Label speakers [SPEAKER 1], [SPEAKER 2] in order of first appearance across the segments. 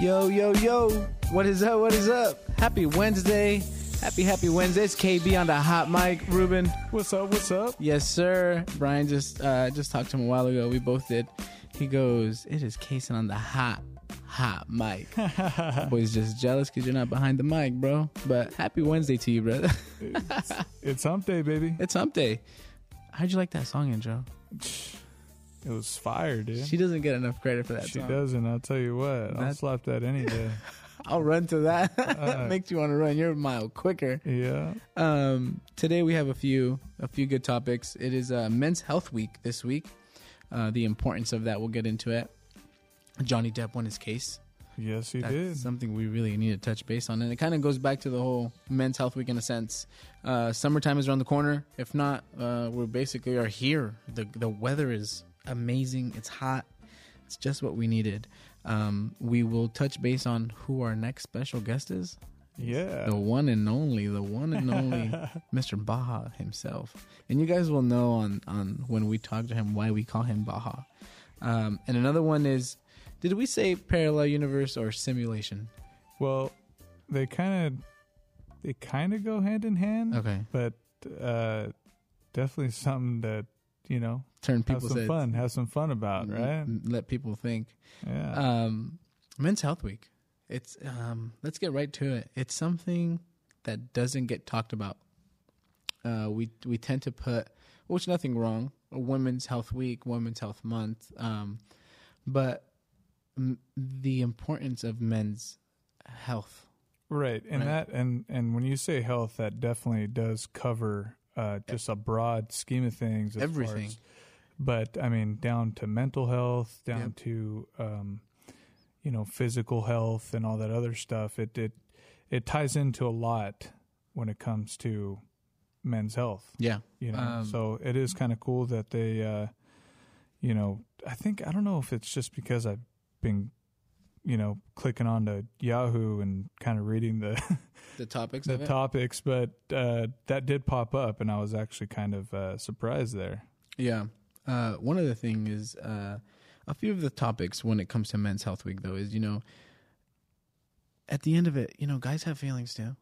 [SPEAKER 1] Yo, yo, yo. What is up? What is up? Happy Wednesday. Happy, happy Wednesday. It's KB on the hot mic. Ruben.
[SPEAKER 2] What's up? What's up?
[SPEAKER 1] Yes, sir. Brian just uh just talked to him a while ago. We both did. He goes, It is casing on the hot, hot mic. Boy's just jealous because you're not behind the mic, bro. But happy Wednesday to you, brother.
[SPEAKER 2] It's hump day, baby.
[SPEAKER 1] it's hump day. How'd you like that song intro?
[SPEAKER 2] It was fire, dude. She,
[SPEAKER 1] She doesn't get enough credit for that song.
[SPEAKER 2] doesn't. I'll tell you what. I'll
[SPEAKER 1] That-
[SPEAKER 2] slap that any day.
[SPEAKER 1] I'll run to that.
[SPEAKER 2] Uh.
[SPEAKER 1] Makes you want to run your mile quicker.
[SPEAKER 2] yeah.
[SPEAKER 1] Um, today we have a few a few good topics. It is uh, Men's Health Week this week. Uh, the importance of that, we'll get into it. Johnny Depp won his case.
[SPEAKER 2] Yes, he
[SPEAKER 1] That's
[SPEAKER 2] did.
[SPEAKER 1] something we really need to touch base on, and it kind of goes back to the whole Men's Health Week in a sense. Uh, summertime is around the corner. If not, uh, we're basically are here. the The weather is amazing. It's hot. It's just what we needed. Um, we will touch base on who our next special guest is
[SPEAKER 2] Yeah.
[SPEAKER 1] the one and only, the one and only Mr. Baja himself. And you guys will know on on when we talk to him why we call him Baja. Um, and another one is, did we say parallel universe or simulation?
[SPEAKER 2] Well, they kind of they kind of go hand in hand,
[SPEAKER 1] Okay,
[SPEAKER 2] but uh definitely something that, you know,
[SPEAKER 1] turn
[SPEAKER 2] have
[SPEAKER 1] people Mm-hmm.
[SPEAKER 2] some
[SPEAKER 1] said-
[SPEAKER 2] fun, have some fun about, right?
[SPEAKER 1] m- Let people think.
[SPEAKER 2] Yeah.
[SPEAKER 1] Um, Men's Health Week. It's um, let's get right to it. It's something that doesn't get talked about. Uh, we we tend to put, which nothing wrong. Women's Health Week, Women's Health Month, um, but m- the importance of men's health.
[SPEAKER 2] Right, and
[SPEAKER 1] Right.
[SPEAKER 2] that and and when you say health, that definitely does cover uh, just a broad scheme of things. as far
[SPEAKER 1] Everything.
[SPEAKER 2] as- but I mean, down to mental health, down
[SPEAKER 1] Yep.
[SPEAKER 2] to um, you know physical health and all that other stuff. It it it ties into a lot when it comes to men's health.
[SPEAKER 1] Yeah,
[SPEAKER 2] You know,
[SPEAKER 1] Um,
[SPEAKER 2] so it is kind of cool that they, uh, you know, I think I don't know if it's just because I've been, you know, clicking on to Yahoo and kind of reading the
[SPEAKER 1] the topics
[SPEAKER 2] the
[SPEAKER 1] of it.
[SPEAKER 2] topics, but uh, that did pop up, and I was actually kind of uh, surprised there.
[SPEAKER 1] Yeah. Uh, one other thing is uh, a few of the topics when it comes to Men's Health Week, though, is you know, at the end of it, you know, guys have feelings too.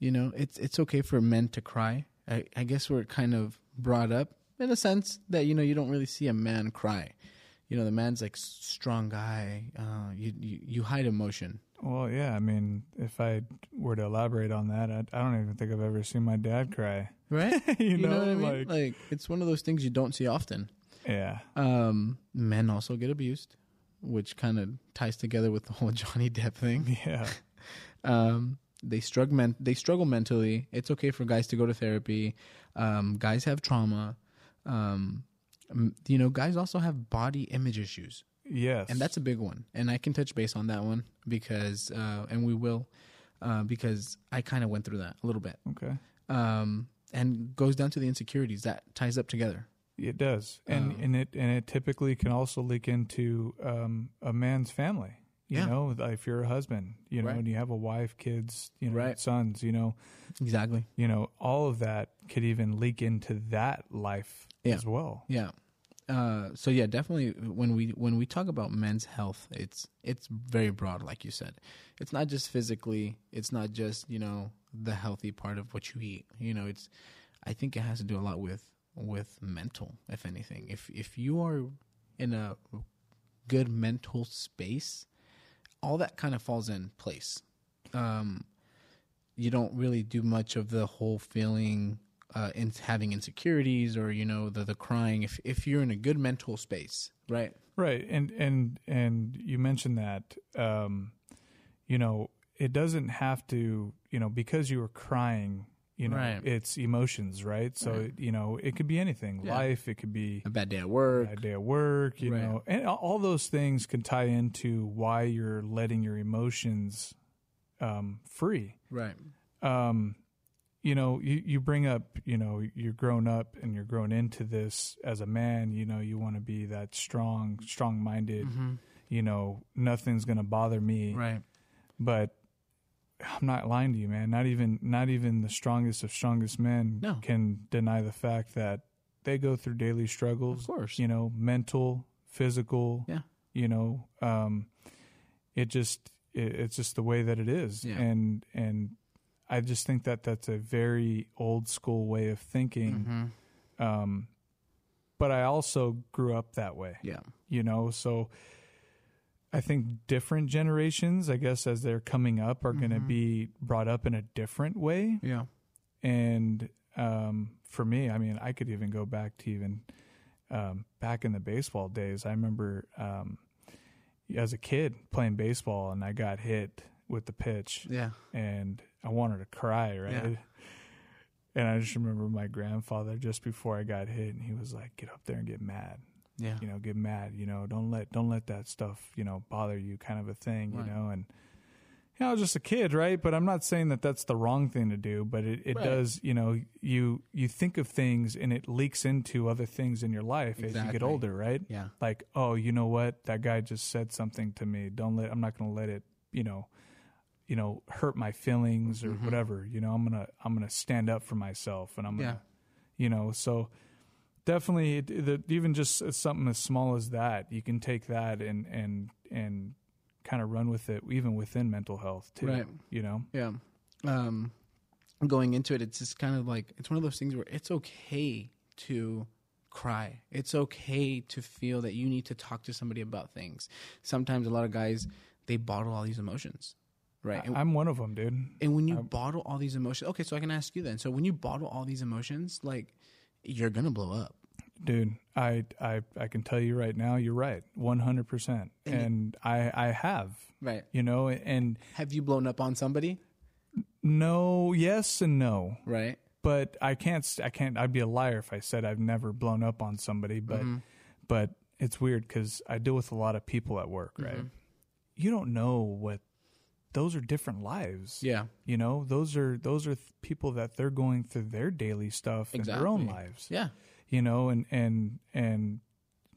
[SPEAKER 1] You know, it's it's okay for men to cry. I, I guess we're kind of brought up in a sense that you know you don't really see a man cry. You know, the man's like s- strong guy. Uh, you, you you hide emotion.
[SPEAKER 2] Well, yeah, I mean, if I were to elaborate on that, I, I don't even think I've ever seen my dad cry.
[SPEAKER 1] Right?
[SPEAKER 2] you,
[SPEAKER 1] you know,
[SPEAKER 2] know,
[SPEAKER 1] what I mean?
[SPEAKER 2] like,
[SPEAKER 1] like it's one of those things you don't see often.
[SPEAKER 2] yeah,
[SPEAKER 1] Um, men also get abused, which kind of ties together with the whole Johnny Depp thing.
[SPEAKER 2] yeah,
[SPEAKER 1] Um, they struggle men- they struggle mentally. It's okay for guys to go to therapy. Um, guys have trauma. Um, m- you know, guys also have body image issues,
[SPEAKER 2] yes,
[SPEAKER 1] and that's a big one. And I can touch base on that one because, uh, and we will, uh, because I kind of went through that a little bit.
[SPEAKER 2] okay.
[SPEAKER 1] Um, and goes down to the insecurities that ties up together.
[SPEAKER 2] It does, and
[SPEAKER 1] Um,
[SPEAKER 2] and it and it typically can also leak into um, a man's family. You
[SPEAKER 1] Yeah.
[SPEAKER 2] know, like if you're a husband, you know,
[SPEAKER 1] Right.
[SPEAKER 2] and you have a wife, kids, you know,
[SPEAKER 1] Right.
[SPEAKER 2] sons, you know,
[SPEAKER 1] Exactly.
[SPEAKER 2] you know, all of that could even leak into that life
[SPEAKER 1] Yeah.
[SPEAKER 2] as well.
[SPEAKER 1] Yeah. Uh, so yeah, definitely when we when we talk about men's health, it's it's very broad, like you said. It's not just physically. It's not just you know the healthy part of what you eat. You know, it's. I think it has to do a lot with with mental, if anything. If if you are in a good mental space, all that kind of falls in place. Um, you don't really do much of the whole feeling uh, in having insecurities or you know the the crying if if you're in a good mental space, right?
[SPEAKER 2] Right, and and and you mentioned that, um, you know, it doesn't have to, you know, because you were crying, you know,
[SPEAKER 1] Right.
[SPEAKER 2] it's emotions, right? So you know, it could be anything,
[SPEAKER 1] Yeah.
[SPEAKER 2] life, it could be
[SPEAKER 1] A bad day at work,
[SPEAKER 2] a day at work, you
[SPEAKER 1] Right.
[SPEAKER 2] know, and all- all those things can tie into why you're letting your emotions um, free.
[SPEAKER 1] right?
[SPEAKER 2] Um, you know, you, you bring up, you know, you're grown up and you're grown into this as a man, you know, you want to be that strong, strong minded, you know, nothing's going to bother me.
[SPEAKER 1] Mm-hmm. Right.
[SPEAKER 2] But I'm not lying to you, man. Not even, not even the strongest of strongest men
[SPEAKER 1] No.
[SPEAKER 2] can deny the fact that they go through daily struggles
[SPEAKER 1] Of course.
[SPEAKER 2] you know, mental, physical.
[SPEAKER 1] Yeah.
[SPEAKER 2] You know, um, it just it, it's just the way that it is
[SPEAKER 1] Yeah.
[SPEAKER 2] and and i just think that that's a very old school way of thinking
[SPEAKER 1] Mm-hmm.
[SPEAKER 2] um but i also grew up that way
[SPEAKER 1] Yeah.
[SPEAKER 2] you know so i think different generations i guess as they're coming up are going to
[SPEAKER 1] Mhm.
[SPEAKER 2] be brought up in a different way
[SPEAKER 1] Yeah.
[SPEAKER 2] and um, for me, I mean, I could even go back to even um, back in the baseball days. I remember um, as a kid playing baseball, and I got hit with the pitch,
[SPEAKER 1] Yeah.
[SPEAKER 2] and I wanted to cry, right?
[SPEAKER 1] Yeah.
[SPEAKER 2] And I just remember my grandfather just before I got hit, and he was like, "Get up there and get mad,
[SPEAKER 1] Yeah.
[SPEAKER 2] you know, get mad, you know, don't let don't let that stuff, you know, bother you, kind of a thing,
[SPEAKER 1] Right.
[SPEAKER 2] you know." And you know, I was just a kid, right? But I'm not saying that that's the wrong thing to do, but it, it
[SPEAKER 1] Right.
[SPEAKER 2] does, you know, you you think of things and it leaks into other things in your life as you
[SPEAKER 1] Exactly.
[SPEAKER 2] get older, right?
[SPEAKER 1] Yeah.
[SPEAKER 2] Like, oh, you know what? That guy just said something to me. Don't let I'm not going to let it, you know, you know, hurt my feelings or
[SPEAKER 1] Mhm.
[SPEAKER 2] whatever. You know, I'm going to I'm going to stand up for myself and I'm going
[SPEAKER 1] Yeah.
[SPEAKER 2] to you know, so definitely it- the, even just something as small as that, you can take that and and and kind of run with it even within mental health too
[SPEAKER 1] Right.
[SPEAKER 2] you know
[SPEAKER 1] Yeah. Um, going into it, it's just kind of like it's one of those things where it's okay to cry. It's okay to feel that you need to talk to somebody about things. Sometimes a lot of guys they bottle all these emotions, right? And,
[SPEAKER 2] i'm one of them dude
[SPEAKER 1] and when you bottle all these emotions, okay, so I can ask you then. So when you bottle all these emotions, like you're gonna blow up.
[SPEAKER 2] dude i i i can tell you right now you're right 100% and i i have
[SPEAKER 1] Right.
[SPEAKER 2] you know and
[SPEAKER 1] Have you blown up on somebody?
[SPEAKER 2] no yes and no
[SPEAKER 1] Right.
[SPEAKER 2] but i can't s- i can't i'd be a liar if i said i've never blown up on somebody but
[SPEAKER 1] Mm-hmm.
[SPEAKER 2] but it's weird cuz i deal with a lot of people at work right
[SPEAKER 1] Mm-hmm.
[SPEAKER 2] you don't know what those are different lives
[SPEAKER 1] Yeah.
[SPEAKER 2] you know those are those are th- people that they're going through their daily stuff in their own
[SPEAKER 1] Exactly.
[SPEAKER 2] lives
[SPEAKER 1] Yeah.
[SPEAKER 2] you know and and and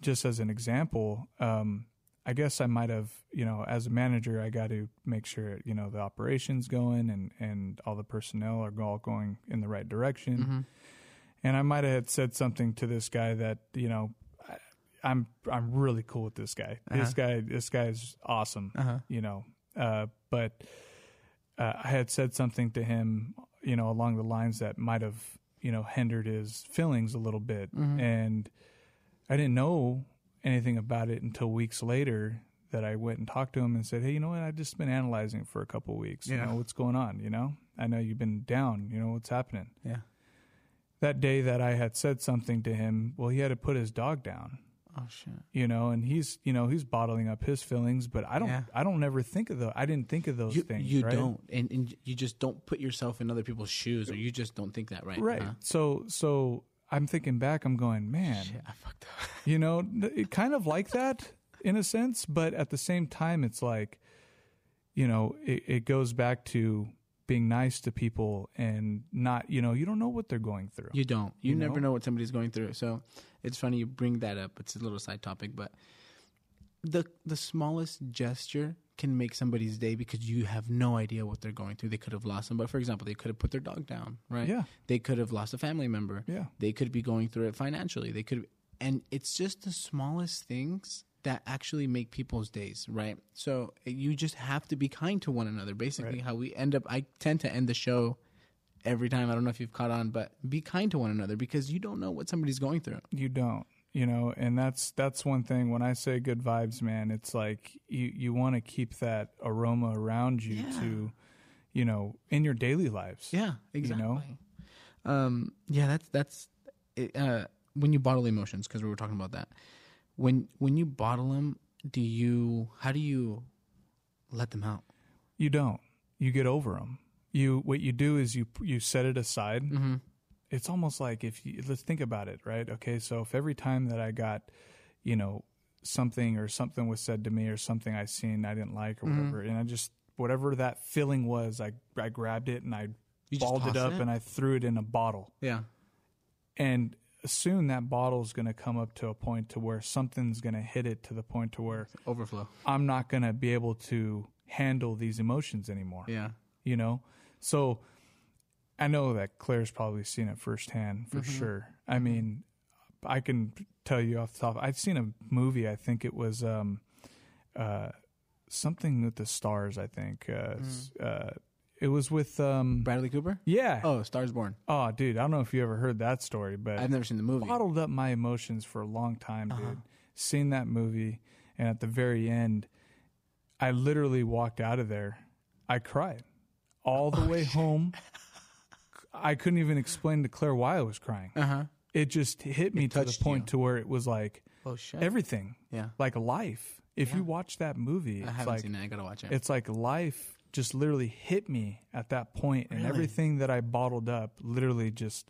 [SPEAKER 2] just as an example um i guess i might have you know as a manager i got to make sure you know the operations going and and all the personnel are all going in the right direction and i might have had said something to this guy that you know I, i'm i'm really cool with this guy this guy this guy is awesome you know uh but uh, i had said something to him you know along the lines that might have you know hindered his feelings a little bit and i didn't know anything about it until weeks later that i went and talked to him and said hey you know what i've just been analyzing for a couple weeks you
[SPEAKER 1] Yeah.
[SPEAKER 2] know what's going on you know i know you've been down you know what's happening
[SPEAKER 1] Yeah.
[SPEAKER 2] that day that I had said something to him, well, he had to put his dog down,
[SPEAKER 1] Oh shit.
[SPEAKER 2] you know, and he's, you know, he's bottling up his feelings, but I don't,
[SPEAKER 1] Yeah.
[SPEAKER 2] I don't ever think of those. I didn't think of those
[SPEAKER 1] you,
[SPEAKER 2] things.
[SPEAKER 1] you
[SPEAKER 2] right?
[SPEAKER 1] don't and, and you just don't put yourself in other people's shoes or you just don't think that right
[SPEAKER 2] Right.
[SPEAKER 1] huh?
[SPEAKER 2] So, so I'm thinking back, I'm going, man,
[SPEAKER 1] Shit, i fucked up
[SPEAKER 2] you know, th- it kind of like that in a sense, but at the same time, it's like, you know, it, it goes back to being nice to people and not, you know, you don't know what they're going through.
[SPEAKER 1] you don't you,
[SPEAKER 2] You
[SPEAKER 1] never
[SPEAKER 2] know?
[SPEAKER 1] know what somebody's going through so it's funny you bring that up it's a little side topic but the the smallest gesture can make somebody's day because you have no idea what they're going through they could have lost somebody for example they could have put their dog down right
[SPEAKER 2] Yeah.
[SPEAKER 1] they could have lost a family member
[SPEAKER 2] Yeah.
[SPEAKER 1] they could be going through it financially they could and it's just the smallest things that actually make people's days right so you just have to be kind to one another basically how we end up i tend to end the show every time i don't know if you've caught on but be kind to one another because you don't know what somebody's going through
[SPEAKER 2] You don't, you know, and that's that's one thing. When I say good vibes, man, it's like you you want to keep that aroma around you
[SPEAKER 1] Yeah.
[SPEAKER 2] to, you know, in your daily lives.
[SPEAKER 1] yeah exactly
[SPEAKER 2] know?
[SPEAKER 1] um yeah that's that's it, uh when you bottle emotions because we were talking about that when when you bottle them do you how do you let them out
[SPEAKER 2] You don't. You get over them. You what you do is you you set it aside.
[SPEAKER 1] Mm-hmm.
[SPEAKER 2] It's almost like if you let's think about it, right? Okay, so if every time that I got, you know, something or something was said to me or something I seen I didn't like or
[SPEAKER 1] Mm-hmm.
[SPEAKER 2] whatever, and I just whatever that feeling was, I I grabbed it and I
[SPEAKER 1] You just
[SPEAKER 2] balled it
[SPEAKER 1] toss
[SPEAKER 2] up
[SPEAKER 1] it?
[SPEAKER 2] and I threw it in a bottle.
[SPEAKER 1] yeah
[SPEAKER 2] and soon that bottle's going to come up to a point to where something's going to hit it to the point to where
[SPEAKER 1] overflow
[SPEAKER 2] I'm not going to be able to handle these emotions anymore.
[SPEAKER 1] yeah
[SPEAKER 2] You know, so I know that Claire's probably seen it firsthand for sure. I mean, I can tell you off the top. I've seen a movie. I think it was um, uh, something with the stars. I think uh, s- uh, it was with um,
[SPEAKER 1] Bradley Cooper?
[SPEAKER 2] yeah. Oh.
[SPEAKER 1] Oh, Stars Born.
[SPEAKER 2] dude, I don't know if you ever heard that story, but
[SPEAKER 1] I've never seen the movie.
[SPEAKER 2] bottled up my emotions for a long time,
[SPEAKER 1] Uh-huh.
[SPEAKER 2] dude. Seeing that movie, and at the very end, I literally walked out of there. I cried all
[SPEAKER 1] Oh,
[SPEAKER 2] the way home. I couldn't even explain to Claire why I was crying.
[SPEAKER 1] Uh huh.
[SPEAKER 2] It just hit me to the
[SPEAKER 1] touched
[SPEAKER 2] point to where it was like
[SPEAKER 1] Oh shit.
[SPEAKER 2] everything,
[SPEAKER 1] yeah.
[SPEAKER 2] like life. If you watch that movie,
[SPEAKER 1] I
[SPEAKER 2] it's
[SPEAKER 1] haven't
[SPEAKER 2] like
[SPEAKER 1] seen it. I gotta watch it.
[SPEAKER 2] it's like life just literally hit me at that point and everything that i bottled up literally just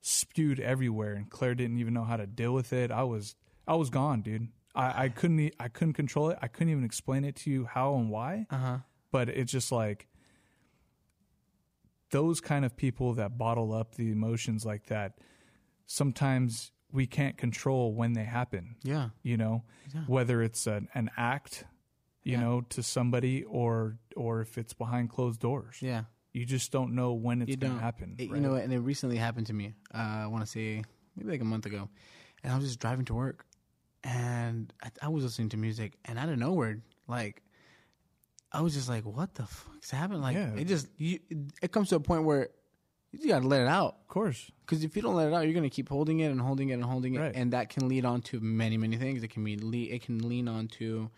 [SPEAKER 2] spewed everywhere and claire didn't even know how to deal with it i was i was gone dude i, I couldn't e- i couldn't control it i couldn't even explain it to you how and why
[SPEAKER 1] Uh huh.
[SPEAKER 2] but it's just like those kind of people that bottle up the emotions like that sometimes we can't control when they happen
[SPEAKER 1] Yeah.
[SPEAKER 2] you know whether it's an, an act you
[SPEAKER 1] Yeah.
[SPEAKER 2] know to somebody or or if it's behind closed doors
[SPEAKER 1] Yeah.
[SPEAKER 2] you just don't know when it's
[SPEAKER 1] you
[SPEAKER 2] going
[SPEAKER 1] don't
[SPEAKER 2] to happen
[SPEAKER 1] It-
[SPEAKER 2] right?
[SPEAKER 1] You know, and it recently happened to me. Uh, I want to say maybe like a month ago, and I was just driving to work, and I, I was listening to music, and out of nowhere, like I was just like, "What the fuck's happening?" Like
[SPEAKER 2] Yeah.
[SPEAKER 1] it just you, it comes to a point where you just gotta let it out
[SPEAKER 2] of course
[SPEAKER 1] because if you don't let it out, you're gonna keep holding it and holding it and holding it,
[SPEAKER 2] Right.
[SPEAKER 1] and that can lead on to many many things. It can be le- it can lean on to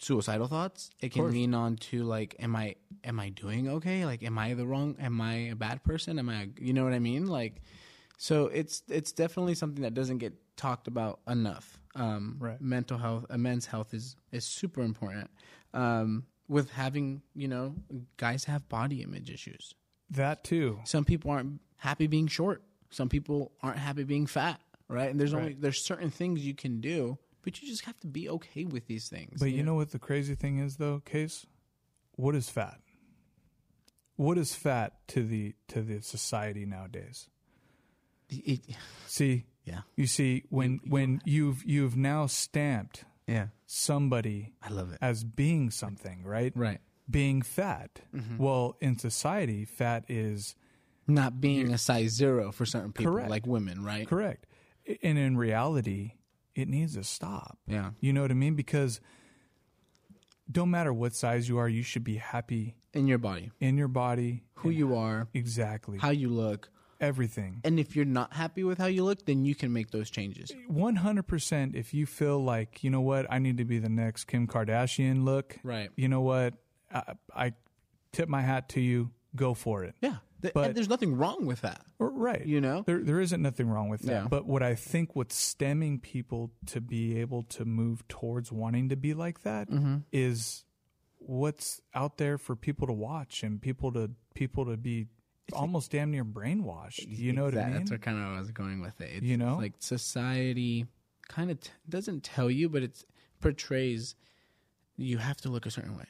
[SPEAKER 1] suicidal thoughts. It can
[SPEAKER 2] course.
[SPEAKER 1] lean on to like, am I am I doing okay? Like, am I the wrong? Am I a bad person? Am I a, you know what I mean? Like, so it's it's definitely something that doesn't get talked about enough. Um,
[SPEAKER 2] Right.
[SPEAKER 1] Mental health, uh, men's health is is super important. Um, with having you know, guys have body image issues.
[SPEAKER 2] that too
[SPEAKER 1] Some people aren't happy being short. Some people aren't happy being fat, right? And there's only there's certain things you can do, but you just have to be okay with these things.
[SPEAKER 2] but you know what the crazy thing is though case what is fat what is fat to the to the society nowadays
[SPEAKER 1] It-
[SPEAKER 2] see
[SPEAKER 1] yeah,
[SPEAKER 2] you see when when you've you've now stamped
[SPEAKER 1] yeah,
[SPEAKER 2] somebody
[SPEAKER 1] I love it.
[SPEAKER 2] as being something right
[SPEAKER 1] Right, Mm-hmm.
[SPEAKER 2] being fat. Well, in society, fat is
[SPEAKER 1] not being a size zero for certain people,
[SPEAKER 2] Correct.
[SPEAKER 1] like women, right?
[SPEAKER 2] correct. I- And in reality, it needs to stop.
[SPEAKER 1] Yeah,
[SPEAKER 2] You know what I mean? Because don't matter what size you are, you should be happy
[SPEAKER 1] in your body,
[SPEAKER 2] in your body.
[SPEAKER 1] who you are,
[SPEAKER 2] Exactly.
[SPEAKER 1] how you look,
[SPEAKER 2] Everything.
[SPEAKER 1] and if you're not happy with how you look, then you can make those changes.
[SPEAKER 2] 100% if you feel like, you know what, I need to be the next Kim Kardashian look.
[SPEAKER 1] Right.
[SPEAKER 2] You know what? I, I tip my hat to you. Go for it.
[SPEAKER 1] Yeah, Th-
[SPEAKER 2] But-
[SPEAKER 1] and there's nothing wrong with that.
[SPEAKER 2] Or- Right.
[SPEAKER 1] You know?
[SPEAKER 2] there there isn't nothing wrong with that.
[SPEAKER 1] Oh. Yeah.
[SPEAKER 2] But what I think what's stemming people to be able to move towards wanting to be like that is
[SPEAKER 1] Mm-hmm.
[SPEAKER 2] what's out there for people to watch and people to people to be almost damn near brainwashed. You know
[SPEAKER 1] That-
[SPEAKER 2] what I mean?
[SPEAKER 1] That's where kind of I was going with it. It's,
[SPEAKER 2] You
[SPEAKER 1] it's
[SPEAKER 2] know?
[SPEAKER 1] like society kind of t- doesn't tell you, but it portrays you have to look a certain way,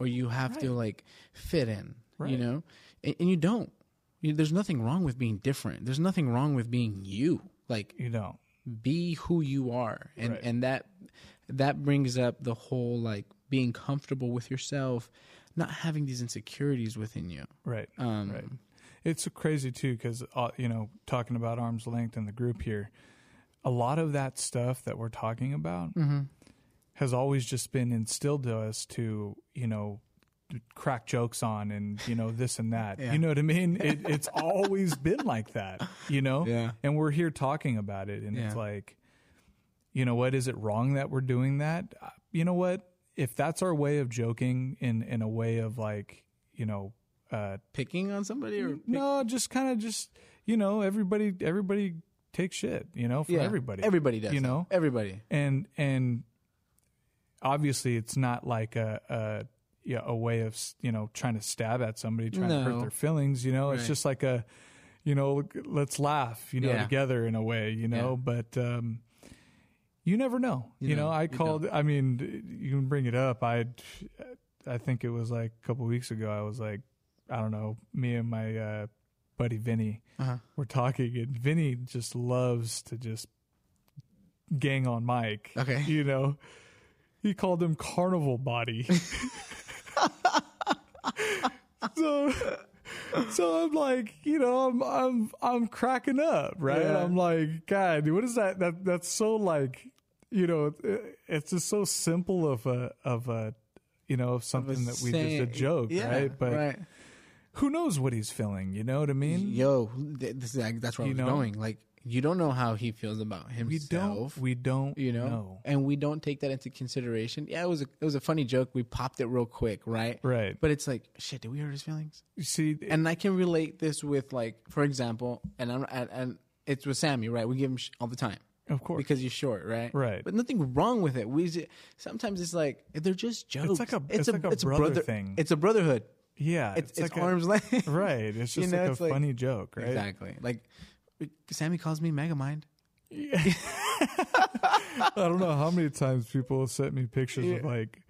[SPEAKER 1] or you have to like fit in. You
[SPEAKER 2] Right.
[SPEAKER 1] know, and, and you don't. You, there's nothing wrong with being different. There's nothing wrong with being you. Like
[SPEAKER 2] you know.
[SPEAKER 1] be who you are and and that that brings up the whole like being comfortable with yourself not having these insecurities within you
[SPEAKER 2] Right.
[SPEAKER 1] um
[SPEAKER 2] right. It's crazy too because uh, you know talking about arm's length in the group here, a lot of that stuff that we're talking about
[SPEAKER 1] Mm-hmm.
[SPEAKER 2] has always just been instilled to us to you know crack jokes on and you know this and that. You know what I mean? It, it's always been like that. You know.
[SPEAKER 1] Yeah.
[SPEAKER 2] And we're here talking about it, and
[SPEAKER 1] Yeah.
[SPEAKER 2] it's like, you know what? Is it wrong that we're doing that? Uh, You know what? If that's our way of joking in in a way of like you know. Uh,
[SPEAKER 1] picking on somebody or
[SPEAKER 2] no, just kind of just you know everybody everybody takes shit you know for
[SPEAKER 1] Yeah.
[SPEAKER 2] everybody
[SPEAKER 1] Everybody does.
[SPEAKER 2] you
[SPEAKER 1] that.
[SPEAKER 2] know
[SPEAKER 1] Everybody.
[SPEAKER 2] and and obviously it's not like a a yeah a way of s- you know trying to stab at somebody trying
[SPEAKER 1] No.
[SPEAKER 2] to hurt their feelings you know it's
[SPEAKER 1] Right.
[SPEAKER 2] just like a you know let's laugh you know
[SPEAKER 1] Yeah.
[SPEAKER 2] together in a way you know but um you never know you, know,
[SPEAKER 1] know,
[SPEAKER 2] i
[SPEAKER 1] you
[SPEAKER 2] called i mean you can bring it up i i think it was like a couple weeks ago i was like i don't know me and my uh buddy vinny
[SPEAKER 1] Uh-huh.
[SPEAKER 2] were talking and vinny just loves to just gang on Mike.
[SPEAKER 1] Okay.
[SPEAKER 2] You know, he called him carnival body. so, so I'm like, you know, I'm I'm I'm cracking up, right?
[SPEAKER 1] Yeah.
[SPEAKER 2] I'm like, God, what is that? That that's so like, you know, it- it's just so simple of a of a you know, something that we
[SPEAKER 1] saying-
[SPEAKER 2] just a joke,
[SPEAKER 1] yeah,
[SPEAKER 2] right? But
[SPEAKER 1] right.
[SPEAKER 2] who knows what he's feeling? You know what I mean?
[SPEAKER 1] yo, th- this is, like, that's where
[SPEAKER 2] You
[SPEAKER 1] I was
[SPEAKER 2] know?
[SPEAKER 1] going. Like, you don't know how he feels about
[SPEAKER 2] we
[SPEAKER 1] himself.
[SPEAKER 2] don't. We don't.
[SPEAKER 1] you know, and we don't take that into consideration. Yeah, it was a, it was a funny joke. We popped it real quick, right?
[SPEAKER 2] Right.
[SPEAKER 1] But it's like, shit, did we hurt his feelings?
[SPEAKER 2] You see,
[SPEAKER 1] And I can relate this with like, for example, and I'm and, and it's with Sammy, right? We give him sh- all the time
[SPEAKER 2] of course,
[SPEAKER 1] because he's short, right?
[SPEAKER 2] Right.
[SPEAKER 1] But nothing wrong with it. We ju- sometimes it's like they're just jokes.
[SPEAKER 2] like a- it's like a brother thing.
[SPEAKER 1] It's a brotherhood.
[SPEAKER 2] yeah,
[SPEAKER 1] It's, it's,
[SPEAKER 2] like a-
[SPEAKER 1] arms length.
[SPEAKER 2] right. It's
[SPEAKER 1] You
[SPEAKER 2] just
[SPEAKER 1] know,
[SPEAKER 2] like
[SPEAKER 1] it's
[SPEAKER 2] a
[SPEAKER 1] like-
[SPEAKER 2] funny joke, right?
[SPEAKER 1] Exactly. Like Sammy calls me Megamind.
[SPEAKER 2] I don't know how many times people have sent me pictures of like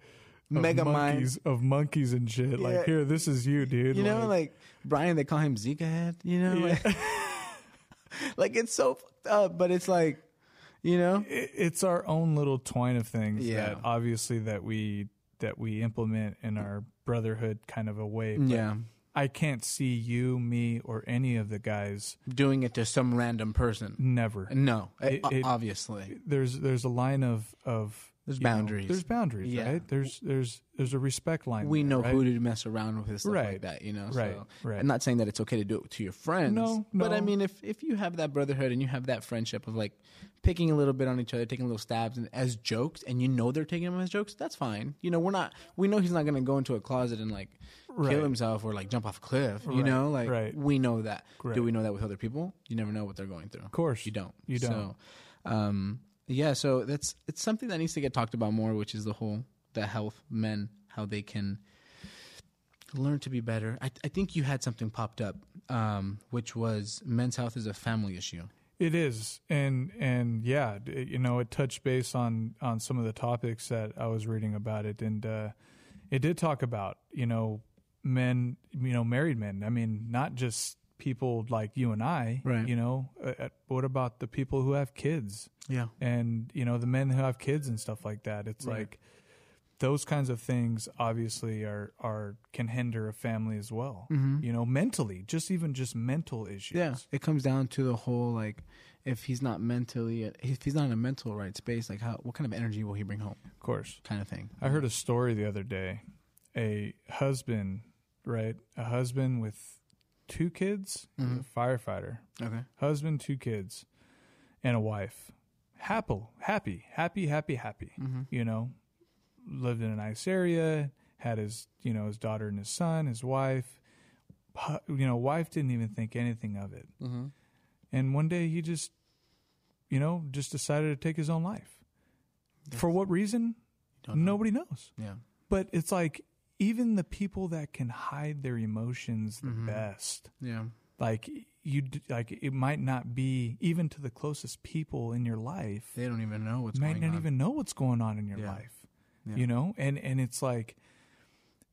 [SPEAKER 2] of
[SPEAKER 1] Mega
[SPEAKER 2] monkeys of monkeys and shit.
[SPEAKER 1] Yeah.
[SPEAKER 2] Like, here, this is you, dude.
[SPEAKER 1] You know, like Brian, they call him Zika head. You know, like, like, it's so fucked up, but it's like, you know,
[SPEAKER 2] it- it's our own little twine of things
[SPEAKER 1] Yeah.
[SPEAKER 2] that obviously that we that we implement in our brotherhood kind of a way. But
[SPEAKER 1] yeah,
[SPEAKER 2] I can't see you, me, or any of the guys
[SPEAKER 1] doing it to some random person.
[SPEAKER 2] never.
[SPEAKER 1] No,
[SPEAKER 2] It-
[SPEAKER 1] o-
[SPEAKER 2] it-
[SPEAKER 1] obviously,
[SPEAKER 2] There's there's a line of of
[SPEAKER 1] There's
[SPEAKER 2] you know,
[SPEAKER 1] boundaries.
[SPEAKER 2] there's boundaries,
[SPEAKER 1] Yeah.
[SPEAKER 2] right? There's there's there's a respect line.
[SPEAKER 1] we
[SPEAKER 2] there,
[SPEAKER 1] know
[SPEAKER 2] right?
[SPEAKER 1] who to mess around with and stuff like
[SPEAKER 2] Right.
[SPEAKER 1] that. You know,
[SPEAKER 2] Right,
[SPEAKER 1] So,
[SPEAKER 2] right.
[SPEAKER 1] I'm not saying that it's okay to do it to your friends.
[SPEAKER 2] No,
[SPEAKER 1] but I
[SPEAKER 2] no.
[SPEAKER 1] mean, if if you have that brotherhood and you have that friendship of like picking a little bit on each other, taking little stabs and as jokes, and you know they're taking them as jokes, that's fine. You know, we're not. We know he's not going to go into a closet and like
[SPEAKER 2] Right.
[SPEAKER 1] kill himself or like jump off a cliff. You
[SPEAKER 2] Right,
[SPEAKER 1] know, like
[SPEAKER 2] right.
[SPEAKER 1] we know that. Do
[SPEAKER 2] Correct.
[SPEAKER 1] we know that with other people? You never know what they're going through.
[SPEAKER 2] Of course,
[SPEAKER 1] You don't.
[SPEAKER 2] You don't.
[SPEAKER 1] So, um, yeah. So that's it's something that needs to get talked about more, which is the whole the health men how they can learn to be better. I, I think you had something popped up, um, which was men's health is a family issue.
[SPEAKER 2] It is, and and yeah, d- you know, it touched base on on some of the topics that I was reading about it, and uh, it did talk about you know men, you know, married men. I mean, not just people like you and I,
[SPEAKER 1] Right.
[SPEAKER 2] You know, uh, uh, what about the people who have kids
[SPEAKER 1] Yeah.
[SPEAKER 2] and you know the men who have kids and stuff like that? It's
[SPEAKER 1] Right.
[SPEAKER 2] like those kinds of things obviously are are can hinder a family as well. You know, mentally, just even just mental issues.
[SPEAKER 1] Yeah. It comes down to the whole like if he's not mentally if he's not in a mental right space, like how what kind of energy will he bring home?
[SPEAKER 2] of course.
[SPEAKER 1] Kind of thing.
[SPEAKER 2] I heard a story the other day. A husband, right? A husband with two kids, He was a firefighter.
[SPEAKER 1] Okay.
[SPEAKER 2] Husband, two kids, and a wife. Happy, happy, happy, happy, happy.
[SPEAKER 1] Mm-hmm.
[SPEAKER 2] You know, lived in a nice area, had his, you know, his daughter and his son, his wife. Hu- You know, wife didn't even think anything of it.
[SPEAKER 1] Mm-hmm.
[SPEAKER 2] And one day he just, you know, just decided to take his own life. For what reason?
[SPEAKER 1] Don't know.
[SPEAKER 2] Nobody knows
[SPEAKER 1] Yeah.
[SPEAKER 2] but it's like even the people that can hide their emotions the
[SPEAKER 1] Mm-hmm.
[SPEAKER 2] best
[SPEAKER 1] Yeah.
[SPEAKER 2] like you d- like it might not be even to the closest people in your life
[SPEAKER 1] They don't even know what's
[SPEAKER 2] might
[SPEAKER 1] going
[SPEAKER 2] not
[SPEAKER 1] on.
[SPEAKER 2] even know what's going on in your
[SPEAKER 1] Yeah.
[SPEAKER 2] life
[SPEAKER 1] Yeah.
[SPEAKER 2] you know and and it's like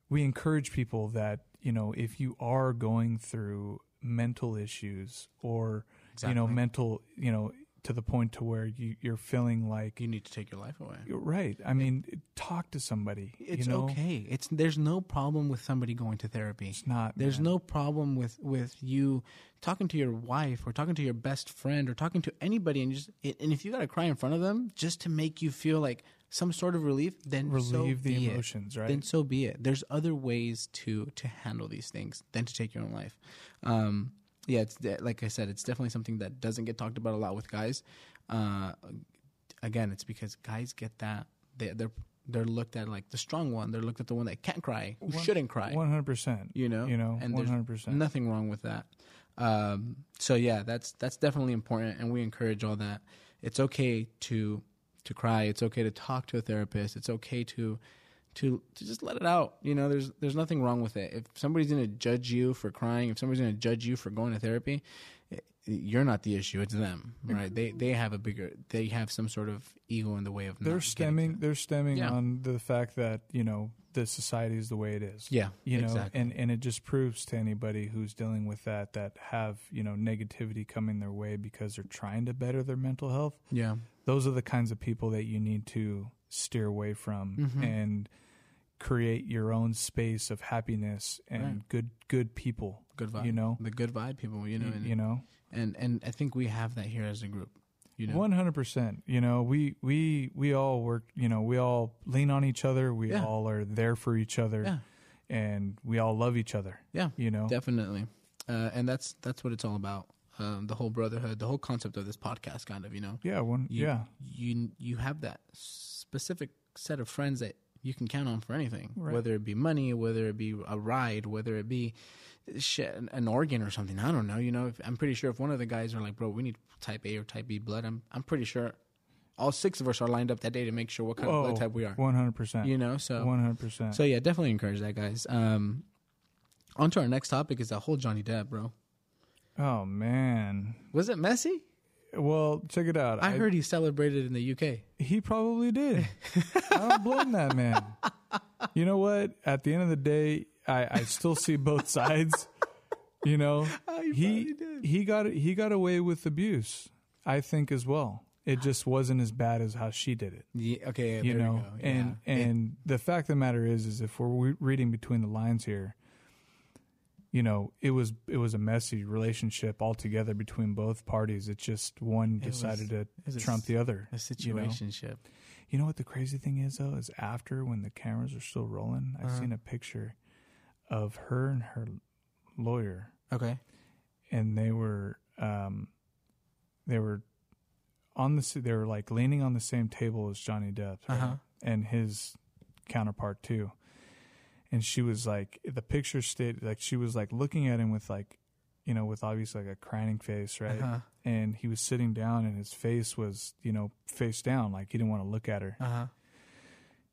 [SPEAKER 2] we encourage people that you know if you are going through mental issues or you know
[SPEAKER 1] Exactly.
[SPEAKER 2] mental you know to the point to where you you're feeling like
[SPEAKER 1] you need to take your life away.
[SPEAKER 2] you're right i mean talk to somebody
[SPEAKER 1] It's
[SPEAKER 2] you know
[SPEAKER 1] okay. It's there's no problem with somebody going to therapy.
[SPEAKER 2] it's not
[SPEAKER 1] There's no problem with with you talking to your wife or talking to your best friend or talking to anybody and just and if you got to cry in front of them just to make you feel like some sort of relief, then so
[SPEAKER 2] relieve the
[SPEAKER 1] be it.
[SPEAKER 2] emotions, right?
[SPEAKER 1] Then so be it. There's other ways to to handle these things than to take your own life. Um, yeah, it's de- like I said, it's definitely something that doesn't get talked about a lot with guys. Uh, again, it's because guys get that they, they're they're looked at like the strong one. They're looked at the one that can't cry, who shouldn't cry.
[SPEAKER 2] One hundred percent.
[SPEAKER 1] you know,
[SPEAKER 2] You know,
[SPEAKER 1] and
[SPEAKER 2] one
[SPEAKER 1] there's
[SPEAKER 2] hundred percent.
[SPEAKER 1] nothing wrong with that. Um, so yeah, that's that's definitely important, and we encourage all that. It's okay to to cry. It's okay to talk to a therapist. It's okay to to to just let it out. You know, there's there's nothing wrong with it. If somebody's gonna judge you for crying, if somebody's gonna judge you for going to therapy, i- you're not the issue. It's them, right? They they have a bigger. They have some sort of ego in the way of. not
[SPEAKER 2] They're
[SPEAKER 1] getting
[SPEAKER 2] stemming.
[SPEAKER 1] to-
[SPEAKER 2] They're stemming
[SPEAKER 1] Yeah.
[SPEAKER 2] on the fact that you know the society is the way it is.
[SPEAKER 1] Yeah,
[SPEAKER 2] You know,
[SPEAKER 1] exactly.
[SPEAKER 2] and and it just proves to anybody who's dealing with that that have you know negativity coming their way because they're trying to better their mental health.
[SPEAKER 1] yeah,
[SPEAKER 2] Those are the kinds of people that you need to steer away from
[SPEAKER 1] Mm-hmm.
[SPEAKER 2] and create your own space of happiness and
[SPEAKER 1] Right.
[SPEAKER 2] good good people.
[SPEAKER 1] good vibe.
[SPEAKER 2] You know,
[SPEAKER 1] the good vibe people. You know,
[SPEAKER 2] you,
[SPEAKER 1] and,
[SPEAKER 2] you know,
[SPEAKER 1] and and I think we have that here as a group. you know
[SPEAKER 2] One hundred percent. You know, we we we all work. You know, we all lean on each other. We
[SPEAKER 1] Yeah.
[SPEAKER 2] all are there for each other,
[SPEAKER 1] Yeah.
[SPEAKER 2] and we all love each other.
[SPEAKER 1] yeah
[SPEAKER 2] You know,
[SPEAKER 1] definitely uh, and that's that's what it's all about um, the whole brotherhood the whole concept of this podcast kind of you know
[SPEAKER 2] yeah, one,
[SPEAKER 1] you,
[SPEAKER 2] yeah,
[SPEAKER 1] you you have that specific set of friends that you can count on for anything
[SPEAKER 2] Right.
[SPEAKER 1] whether it be money whether it be a ride whether it be shit, an- an organ or something i don't know you know if, i'm pretty sure if one of the guys are like bro we need type a or type b blood i'm i'm pretty sure all six of us are lined up that day to make sure what kind of blood type we are
[SPEAKER 2] Oh, one hundred percent.
[SPEAKER 1] you know so
[SPEAKER 2] One hundred percent.
[SPEAKER 1] so yeah definitely encourage that guys um on to our next topic is that whole johnny depp bro
[SPEAKER 2] Oh man.
[SPEAKER 1] was it messy
[SPEAKER 2] Well, check it out.
[SPEAKER 1] i heard he celebrated in the uk
[SPEAKER 2] He probably did. I don't blame that man. You know what? At the end of the day, I, I still see both sides. You know,
[SPEAKER 1] Oh, he probably
[SPEAKER 2] he
[SPEAKER 1] did.
[SPEAKER 2] he got he got away with abuse. I think as well. It just wasn't as bad as how she did it.
[SPEAKER 1] yeah, okay yeah,
[SPEAKER 2] You
[SPEAKER 1] there we
[SPEAKER 2] know,
[SPEAKER 1] go.
[SPEAKER 2] and
[SPEAKER 1] Yeah.
[SPEAKER 2] and the fact of the matter is, is if we're re- reading between the lines here, you know, it was it was a messy relationship altogether between both parties. It's just one
[SPEAKER 1] was-
[SPEAKER 2] decided
[SPEAKER 1] was a
[SPEAKER 2] to trump
[SPEAKER 1] s-
[SPEAKER 2] the other.
[SPEAKER 1] a
[SPEAKER 2] you know?
[SPEAKER 1] situationship.
[SPEAKER 2] You know what the crazy thing is though is after when the cameras are still rolling, I've
[SPEAKER 1] Uh-huh.
[SPEAKER 2] seen a picture of her and her lawyer,
[SPEAKER 1] Okay.
[SPEAKER 2] and they were um, they were on the s- they were like leaning on the same table as Johnny Depp right?
[SPEAKER 1] Uh-huh.
[SPEAKER 2] and his counterpart too, and she was like the picture stayed like she was like looking at him with like you know with obviously like a crying face right.
[SPEAKER 1] Uh-huh.
[SPEAKER 2] And he was sitting down, and his face was, you know, face down, like he didn't want to look at her.
[SPEAKER 1] Uh-huh.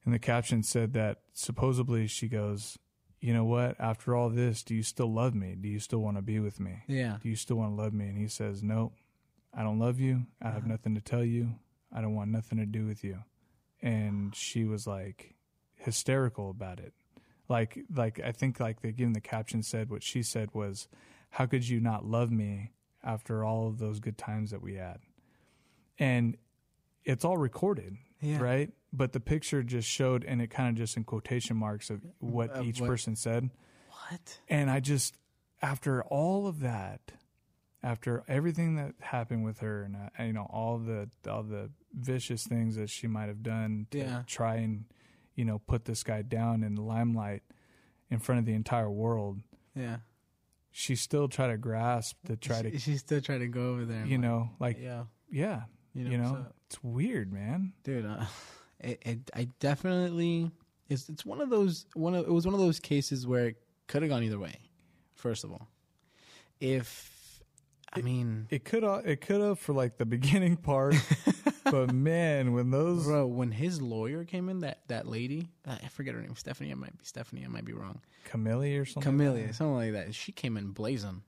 [SPEAKER 2] And the caption said that supposedly she goes, You know what? After all this, do you still love me? Do you still want to be with me?
[SPEAKER 1] Yeah.
[SPEAKER 2] Do you still want to love me? And he says, Nope, I don't love you. I have nothing to tell you. I don't want nothing to do with you. And she was like hysterical about it. Like, like I think like they given the caption said what she said was, How could you not love me after all of those good times that we had? And it's all recorded
[SPEAKER 1] Yeah.
[SPEAKER 2] right? But the picture just showed, and it kind of just in quotation marks of what
[SPEAKER 1] Of
[SPEAKER 2] each
[SPEAKER 1] what-
[SPEAKER 2] person said.
[SPEAKER 1] What?
[SPEAKER 2] And I just, after all of that, after everything that happened with her, and uh, you know all the all the vicious things that she might have done to
[SPEAKER 1] Yeah.
[SPEAKER 2] try and you know put this guy down in the limelight in front of the entire world,
[SPEAKER 1] Yeah.
[SPEAKER 2] she still tried to grasp to try
[SPEAKER 1] she,
[SPEAKER 2] to
[SPEAKER 1] she's still trying to go over there. and
[SPEAKER 2] you
[SPEAKER 1] like-
[SPEAKER 2] know like yeah,
[SPEAKER 1] Yeah.
[SPEAKER 2] you know,
[SPEAKER 1] so-
[SPEAKER 2] it's weird, man.
[SPEAKER 1] dude uh, it, it, i definitely it's, it's one of those one of it was one of those cases where it could have gone either way first of all if i mean
[SPEAKER 2] It could it could have for like the beginning part, but man, when those
[SPEAKER 1] bro when his lawyer came in that that lady uh, i forget her name stephanie it might be stephanie i might be wrong
[SPEAKER 2] Camille or something,
[SPEAKER 1] camellia something like that she came in blazing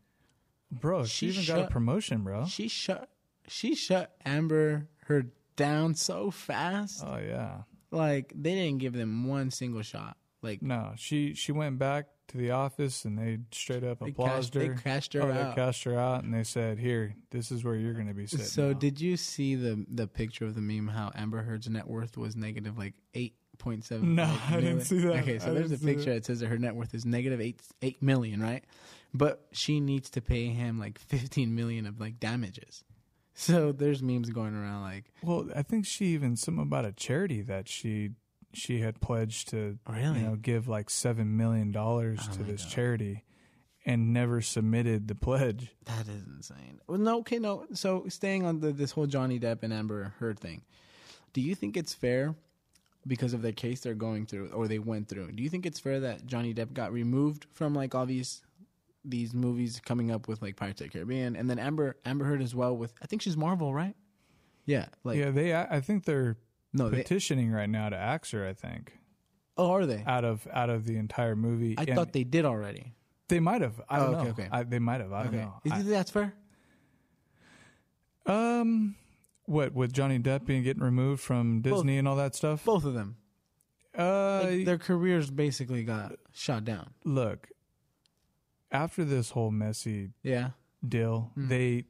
[SPEAKER 2] bro, she,
[SPEAKER 1] She
[SPEAKER 2] even got a
[SPEAKER 1] shut-
[SPEAKER 2] promotion, bro.
[SPEAKER 1] she shut she shut amber her down so fast
[SPEAKER 2] oh yeah,
[SPEAKER 1] like they didn't give them one single shot like
[SPEAKER 2] no, she she went back to the office and they straight up
[SPEAKER 1] they
[SPEAKER 2] applauded
[SPEAKER 1] cashed, they
[SPEAKER 2] her.
[SPEAKER 1] cashed her
[SPEAKER 2] oh,
[SPEAKER 1] out
[SPEAKER 2] they cast her out and they said, "Here, this is where you're going to be sitting."
[SPEAKER 1] So
[SPEAKER 2] now."
[SPEAKER 1] did you see the the picture of the meme how Amber Heard's net worth was negative like eight point seven?
[SPEAKER 2] No, I didn't see that.
[SPEAKER 1] Okay, so
[SPEAKER 2] I
[SPEAKER 1] there's a
[SPEAKER 2] didn't see
[SPEAKER 1] picture that says that her net worth is negative eight eight million, right? But she needs to pay him like fifteen million of like damages. So there's memes going around like
[SPEAKER 2] well, I think she even some about a charity that she she had pledged to
[SPEAKER 1] Really? Oh
[SPEAKER 2] you know give like seven million dollars to this charity, and never submitted the pledge.
[SPEAKER 1] That is insane. Well, no, okay, no. So staying on the, this whole Johnny Depp and Amber Heard thing, do you think it's fair because of the case they're going through or they went through? Do you think it's fair that Johnny Depp got removed from like all these these movies coming up with like Pirates of the Caribbean and then Amber Amber Heard as well with I think she's Marvel, right? Yeah, like
[SPEAKER 2] yeah, they. I I think they're
[SPEAKER 1] no, they,
[SPEAKER 2] petitioning right now to Axer. I think
[SPEAKER 1] oh, are they?
[SPEAKER 2] out of out of the entire movie.
[SPEAKER 1] I
[SPEAKER 2] And
[SPEAKER 1] thought they did already.
[SPEAKER 2] they might have. I don't
[SPEAKER 1] Oh, okay,
[SPEAKER 2] know.
[SPEAKER 1] okay.
[SPEAKER 2] I, they might have. I
[SPEAKER 1] Okay,
[SPEAKER 2] don't
[SPEAKER 1] you
[SPEAKER 2] know.
[SPEAKER 1] think that's fair?
[SPEAKER 2] I- um, what with Johnny Depp being getting removed from Disney and all that stuff?
[SPEAKER 1] Both of them,
[SPEAKER 2] Uh,
[SPEAKER 1] like, their careers basically got shot down.
[SPEAKER 2] look. After this whole messy
[SPEAKER 1] Yeah,
[SPEAKER 2] deal, they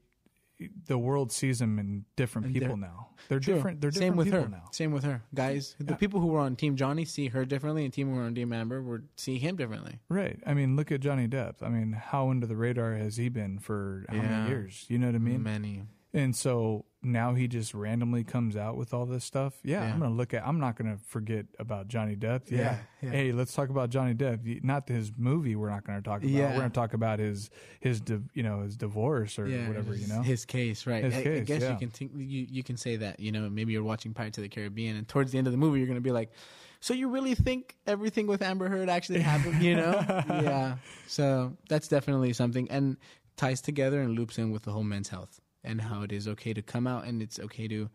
[SPEAKER 2] the world sees them in different
[SPEAKER 1] Hmm. And
[SPEAKER 2] people
[SPEAKER 1] they're-
[SPEAKER 2] now. They're
[SPEAKER 1] True.
[SPEAKER 2] different. They're different
[SPEAKER 1] Same with
[SPEAKER 2] people
[SPEAKER 1] her.
[SPEAKER 2] now.
[SPEAKER 1] Same with her. Guys, the people who were on Team Johnny see her differently, and team who were on Team Amber would see him differently.
[SPEAKER 2] Right. I mean, look at Johnny Depp. I mean, how under the radar has he been for how
[SPEAKER 1] Yeah. Hmm.
[SPEAKER 2] many years? You know what I mean?
[SPEAKER 1] Many.
[SPEAKER 2] And so now he just randomly comes out with all this stuff. Yeah,
[SPEAKER 1] Yeah.
[SPEAKER 2] I'm gonna look at. I'm not gonna forget about Johnny Depp. Yeah.
[SPEAKER 1] Yeah, yeah.
[SPEAKER 2] Hey, let's talk about Johnny Depp. Y- Not his movie. We're not gonna talk about.
[SPEAKER 1] Yeah.
[SPEAKER 2] We're gonna talk about his his di- you know his divorce or
[SPEAKER 1] Yeah,
[SPEAKER 2] whatever.
[SPEAKER 1] his-
[SPEAKER 2] You know.
[SPEAKER 1] his case, right?
[SPEAKER 2] His
[SPEAKER 1] I, I
[SPEAKER 2] case,
[SPEAKER 1] guess
[SPEAKER 2] yeah.
[SPEAKER 1] you can think, you you can say that. You know, maybe you're watching Pirates of the Caribbean, and towards the end of the movie, you're gonna be like, "So you really think everything with Amber Heard actually happened?" You know? yeah. So that's definitely something, and ties together and loops in with the whole men's health and how it is okay to come out, and it's okay to,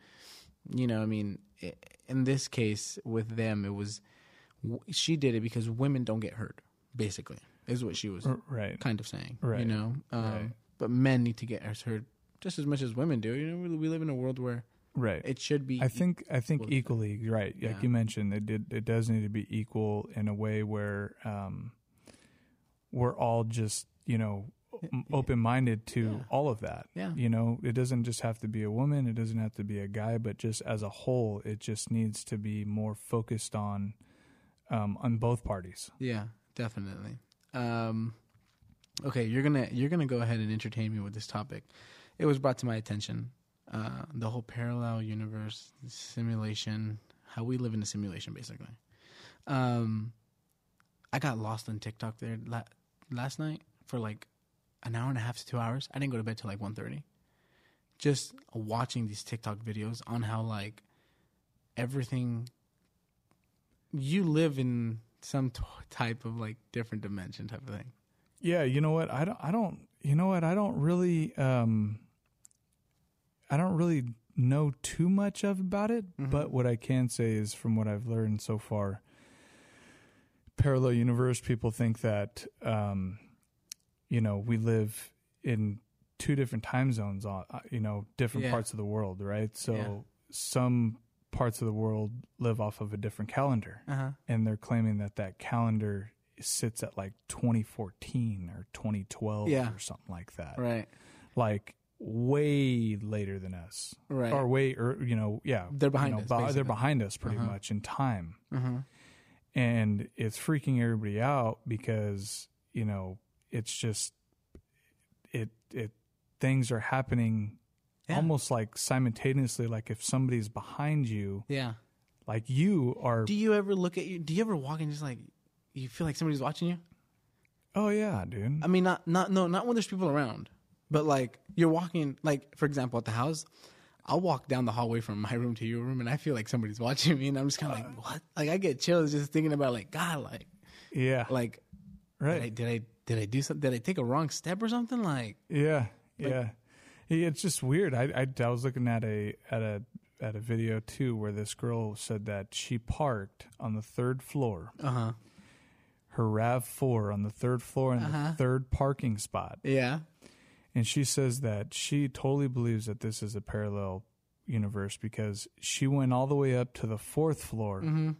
[SPEAKER 1] you know, I mean, i in this case with them, it was w- she did it because women don't get hurt, basically, is what she was
[SPEAKER 2] R- Right.
[SPEAKER 1] kind of saying, you
[SPEAKER 2] Right.
[SPEAKER 1] know. Um,
[SPEAKER 2] Right.
[SPEAKER 1] But men need to get as heard just as much as women do. You know, we, we live in a world where
[SPEAKER 2] Right.
[SPEAKER 1] it should be.
[SPEAKER 2] I think I think
[SPEAKER 1] Well,
[SPEAKER 2] equally right.
[SPEAKER 1] yeah.
[SPEAKER 2] Like you mentioned, it did, it does need to be equal in a way where um, we're all just you know open minded to
[SPEAKER 1] Yeah.
[SPEAKER 2] all of that.
[SPEAKER 1] Yeah.
[SPEAKER 2] You know, it doesn't just have to be a woman. It doesn't have to be a guy. But just as a whole, it just needs to be more focused on um, on both parties.
[SPEAKER 1] yeah, definitely. Um, okay, you're gonna you're gonna go ahead and entertain me with this topic. It was brought to my attention uh, the whole parallel universe simulation, how we live in a simulation, basically. Um, I got lost on TikTok there la- last night for like an hour and a half to two hours. I didn't go to bed till like 1.30. Just watching these TikTok videos on how like everything you live in some t- type of like different dimension type of thing.
[SPEAKER 2] Yeah, you know what? I don't. I don't. You know what? I don't really. Um, I don't really know too much of about it.
[SPEAKER 1] Mm-hmm.
[SPEAKER 2] But what I can say is, from what I've learned so far, parallel universe people think that um, you know we live in two different time zones on uh, you know different
[SPEAKER 1] Yeah.
[SPEAKER 2] parts of the world, right? So
[SPEAKER 1] Yeah.
[SPEAKER 2] some parts of the world live off of a different calendar
[SPEAKER 1] Uh-huh.
[SPEAKER 2] and they're claiming that that calendar sits at like 2014 or 2012
[SPEAKER 1] Yeah.
[SPEAKER 2] or something like that
[SPEAKER 1] Right.
[SPEAKER 2] like way later than us
[SPEAKER 1] Right.
[SPEAKER 2] or way or you know yeah
[SPEAKER 1] They're behind
[SPEAKER 2] you know,
[SPEAKER 1] us,
[SPEAKER 2] bi-
[SPEAKER 1] basically.
[SPEAKER 2] they're behind us pretty
[SPEAKER 1] Uh-huh.
[SPEAKER 2] much in time
[SPEAKER 1] uh-huh.
[SPEAKER 2] and it's freaking everybody out because you know it's just it it things are happening
[SPEAKER 1] Yeah.
[SPEAKER 2] almost like simultaneously like if somebody's behind you
[SPEAKER 1] Yeah.
[SPEAKER 2] like you are
[SPEAKER 1] Do you ever look at you? Do you ever walk and just like you feel like somebody's watching you?
[SPEAKER 2] oh yeah dude
[SPEAKER 1] I mean, not not no, not when there's people around, but like you're walking, like for example, at the house. I'll walk down the hallway from my room to your room, and I feel like somebody's watching me, and I'm just kind of like, what? Like I get chills just thinking about like God, like
[SPEAKER 2] yeah
[SPEAKER 1] like did I
[SPEAKER 2] right
[SPEAKER 1] did I did I do something? Did I take a wrong step or something? Like
[SPEAKER 2] Yeah, yeah. Yeah, It's just weird. I, I I was looking at a at a at a video too where this girl said that she parked on the third floor,
[SPEAKER 1] uh huh,
[SPEAKER 2] her Rav Four on the third floor in
[SPEAKER 1] Uh-huh.
[SPEAKER 2] the third parking spot,
[SPEAKER 1] yeah,
[SPEAKER 2] and she says that she totally believes that this is a parallel universe because she went all the way up to the fourth floor,
[SPEAKER 1] Mm-hmm.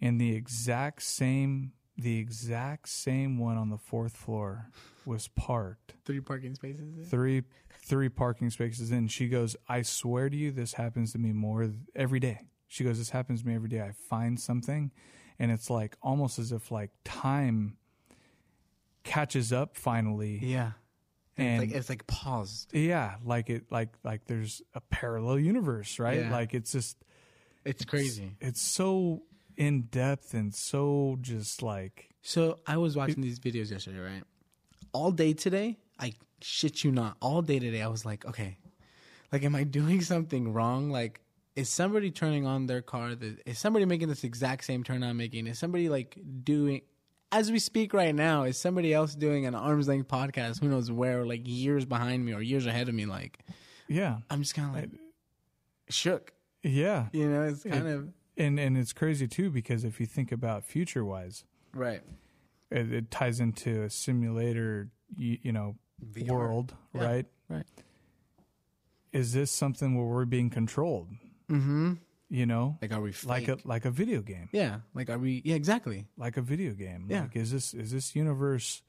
[SPEAKER 2] and the exact same the exact same one on the fourth floor was parked
[SPEAKER 1] three parking spaces.
[SPEAKER 2] three three parking spaces in she goes i swear to you this happens to me more th- every day she goes this happens to me every day i find something and it's like almost as if like time catches up finally
[SPEAKER 1] Yeah,
[SPEAKER 2] and
[SPEAKER 1] like it's like pause.
[SPEAKER 2] yeah like it like like there's a parallel universe right
[SPEAKER 1] Yeah.
[SPEAKER 2] like it's just
[SPEAKER 1] It's crazy.
[SPEAKER 2] it's so in depth and so just like
[SPEAKER 1] So I was watching these videos yesterday, right? All day today, I shit you not, all day today, I was like, okay, like, am I doing something wrong? Like, is somebody turning on their car? That, is somebody making this exact same turn I'm making? Is somebody like doing, as we speak right now, is somebody else doing an arm's length podcast? Who knows where? Like years behind me or years ahead of me? Like,
[SPEAKER 2] yeah
[SPEAKER 1] I'm just kind of like shook.
[SPEAKER 2] yeah
[SPEAKER 1] You know, it's kind of
[SPEAKER 2] and and it's crazy too because if you think about future wise
[SPEAKER 1] right.
[SPEAKER 2] it, it ties into a simulator you, you know world
[SPEAKER 1] Yeah,
[SPEAKER 2] right
[SPEAKER 1] right.
[SPEAKER 2] is this something where we're being controlled
[SPEAKER 1] Mm-hmm.
[SPEAKER 2] you know
[SPEAKER 1] Like, are we
[SPEAKER 2] like,
[SPEAKER 1] fake?
[SPEAKER 2] a like a video game
[SPEAKER 1] yeah? Like, are we? Yeah, exactly.
[SPEAKER 2] like a video game
[SPEAKER 1] Yeah.
[SPEAKER 2] like is this is this universe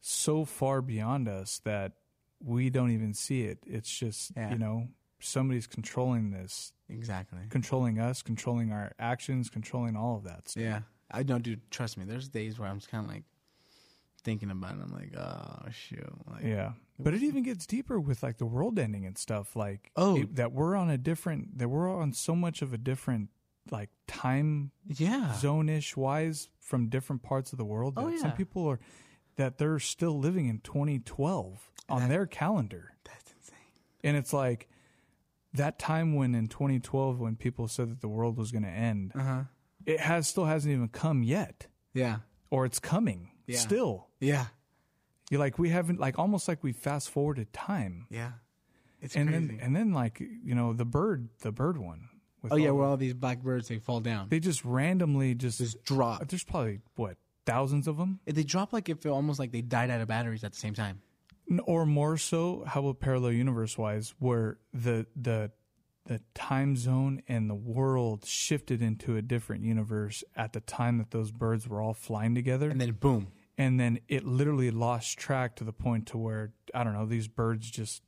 [SPEAKER 2] so far beyond us that we don't even see it it's just
[SPEAKER 1] Yeah.
[SPEAKER 2] you know somebody's controlling this
[SPEAKER 1] Exactly.
[SPEAKER 2] controlling us controlling our actions controlling all of that stuff.
[SPEAKER 1] Yeah. I don't do trust me. There's days where I'm just kind of like thinking about it. I'm like, oh shoot. Like,
[SPEAKER 2] Yeah. But it even gets deeper with like the world ending and stuff like
[SPEAKER 1] Oh.
[SPEAKER 2] it- that we're on a different that we're on so much of a different like time
[SPEAKER 1] yeah.
[SPEAKER 2] zone ish wise from different parts of the world that
[SPEAKER 1] Ah. Oh,
[SPEAKER 2] some
[SPEAKER 1] yeah.
[SPEAKER 2] people are that they're still living in 2012 on their calendar.
[SPEAKER 1] That's insane.
[SPEAKER 2] And it's like that time when in 2012 when people said that the world was going to end,
[SPEAKER 1] Uh huh.
[SPEAKER 2] it has still hasn't even come yet
[SPEAKER 1] Yeah.
[SPEAKER 2] or it's coming
[SPEAKER 1] Yeah.
[SPEAKER 2] still.
[SPEAKER 1] Yeah.
[SPEAKER 2] You're like we haven't like almost like we fast forwarded time.
[SPEAKER 1] Yeah. It's
[SPEAKER 2] and
[SPEAKER 1] crazy.
[SPEAKER 2] then and then like you know the bird the bird one with
[SPEAKER 1] oh yeah,
[SPEAKER 2] all
[SPEAKER 1] where
[SPEAKER 2] the-
[SPEAKER 1] all these black birds they fall down. They
[SPEAKER 2] they just randomly just
[SPEAKER 1] just drop.
[SPEAKER 2] there's probably what thousands of them
[SPEAKER 1] They drop like if it almost like they died out of batteries at the same time.
[SPEAKER 2] or more so how about parallel universe wise where the the the time zone and the world shifted into a different universe at the time that those birds were all flying together
[SPEAKER 1] And then boom.
[SPEAKER 2] and then it literally lost track to the point to where I don't know these birds just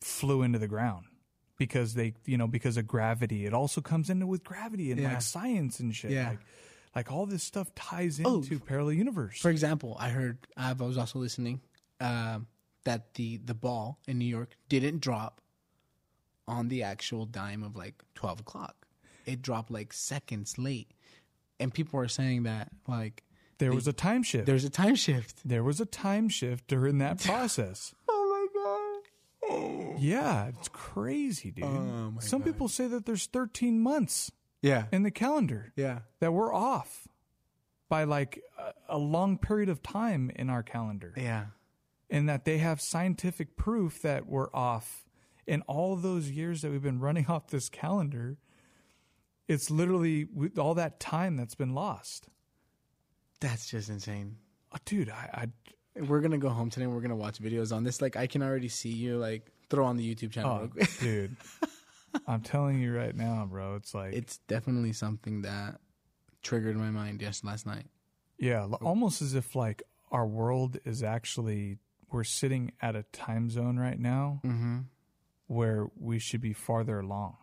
[SPEAKER 2] flew into the ground because they you know because of gravity. It also comes into with gravity and
[SPEAKER 1] Yeah.
[SPEAKER 2] like science and shit.
[SPEAKER 1] Yeah.
[SPEAKER 2] Like, like all this stuff ties
[SPEAKER 1] Oh,
[SPEAKER 2] into parallel universe.
[SPEAKER 1] For example, I heard I was also listening um, that the the ball in New York didn't drop on the actual dime of like twelve o'clock. It dropped like seconds late, and people are saying that like
[SPEAKER 2] there was a time shift. There,
[SPEAKER 1] there's a time shift.
[SPEAKER 2] was a time shift during that process.
[SPEAKER 1] Oh my god!
[SPEAKER 2] yeah, it's crazy, dude.
[SPEAKER 1] Oh, my
[SPEAKER 2] Some people say that there's 13 months
[SPEAKER 1] Yeah,
[SPEAKER 2] in the calendar
[SPEAKER 1] yeah,
[SPEAKER 2] that we're off by like a, a long period of time in our calendar.
[SPEAKER 1] yeah.
[SPEAKER 2] and that they have scientific proof that we're off. In all those years that we've been running off this calendar, it's literally with all that time that's been lost.
[SPEAKER 1] That's just insane.
[SPEAKER 2] Oh, dude, I,
[SPEAKER 1] We're gonna go home today. and We're gonna watch videos on this. Like I can already see you like throw on the YouTube
[SPEAKER 2] I
[SPEAKER 1] channel. real
[SPEAKER 2] oh,
[SPEAKER 1] quick.
[SPEAKER 2] dude, I'm telling you right now, bro. It's like,
[SPEAKER 1] It's definitely something that triggered my mind just last night.
[SPEAKER 2] yeah, l- almost as if like our world is actually we're sitting at a time zone right now
[SPEAKER 1] Mm-hmm.
[SPEAKER 2] where we should be farther along.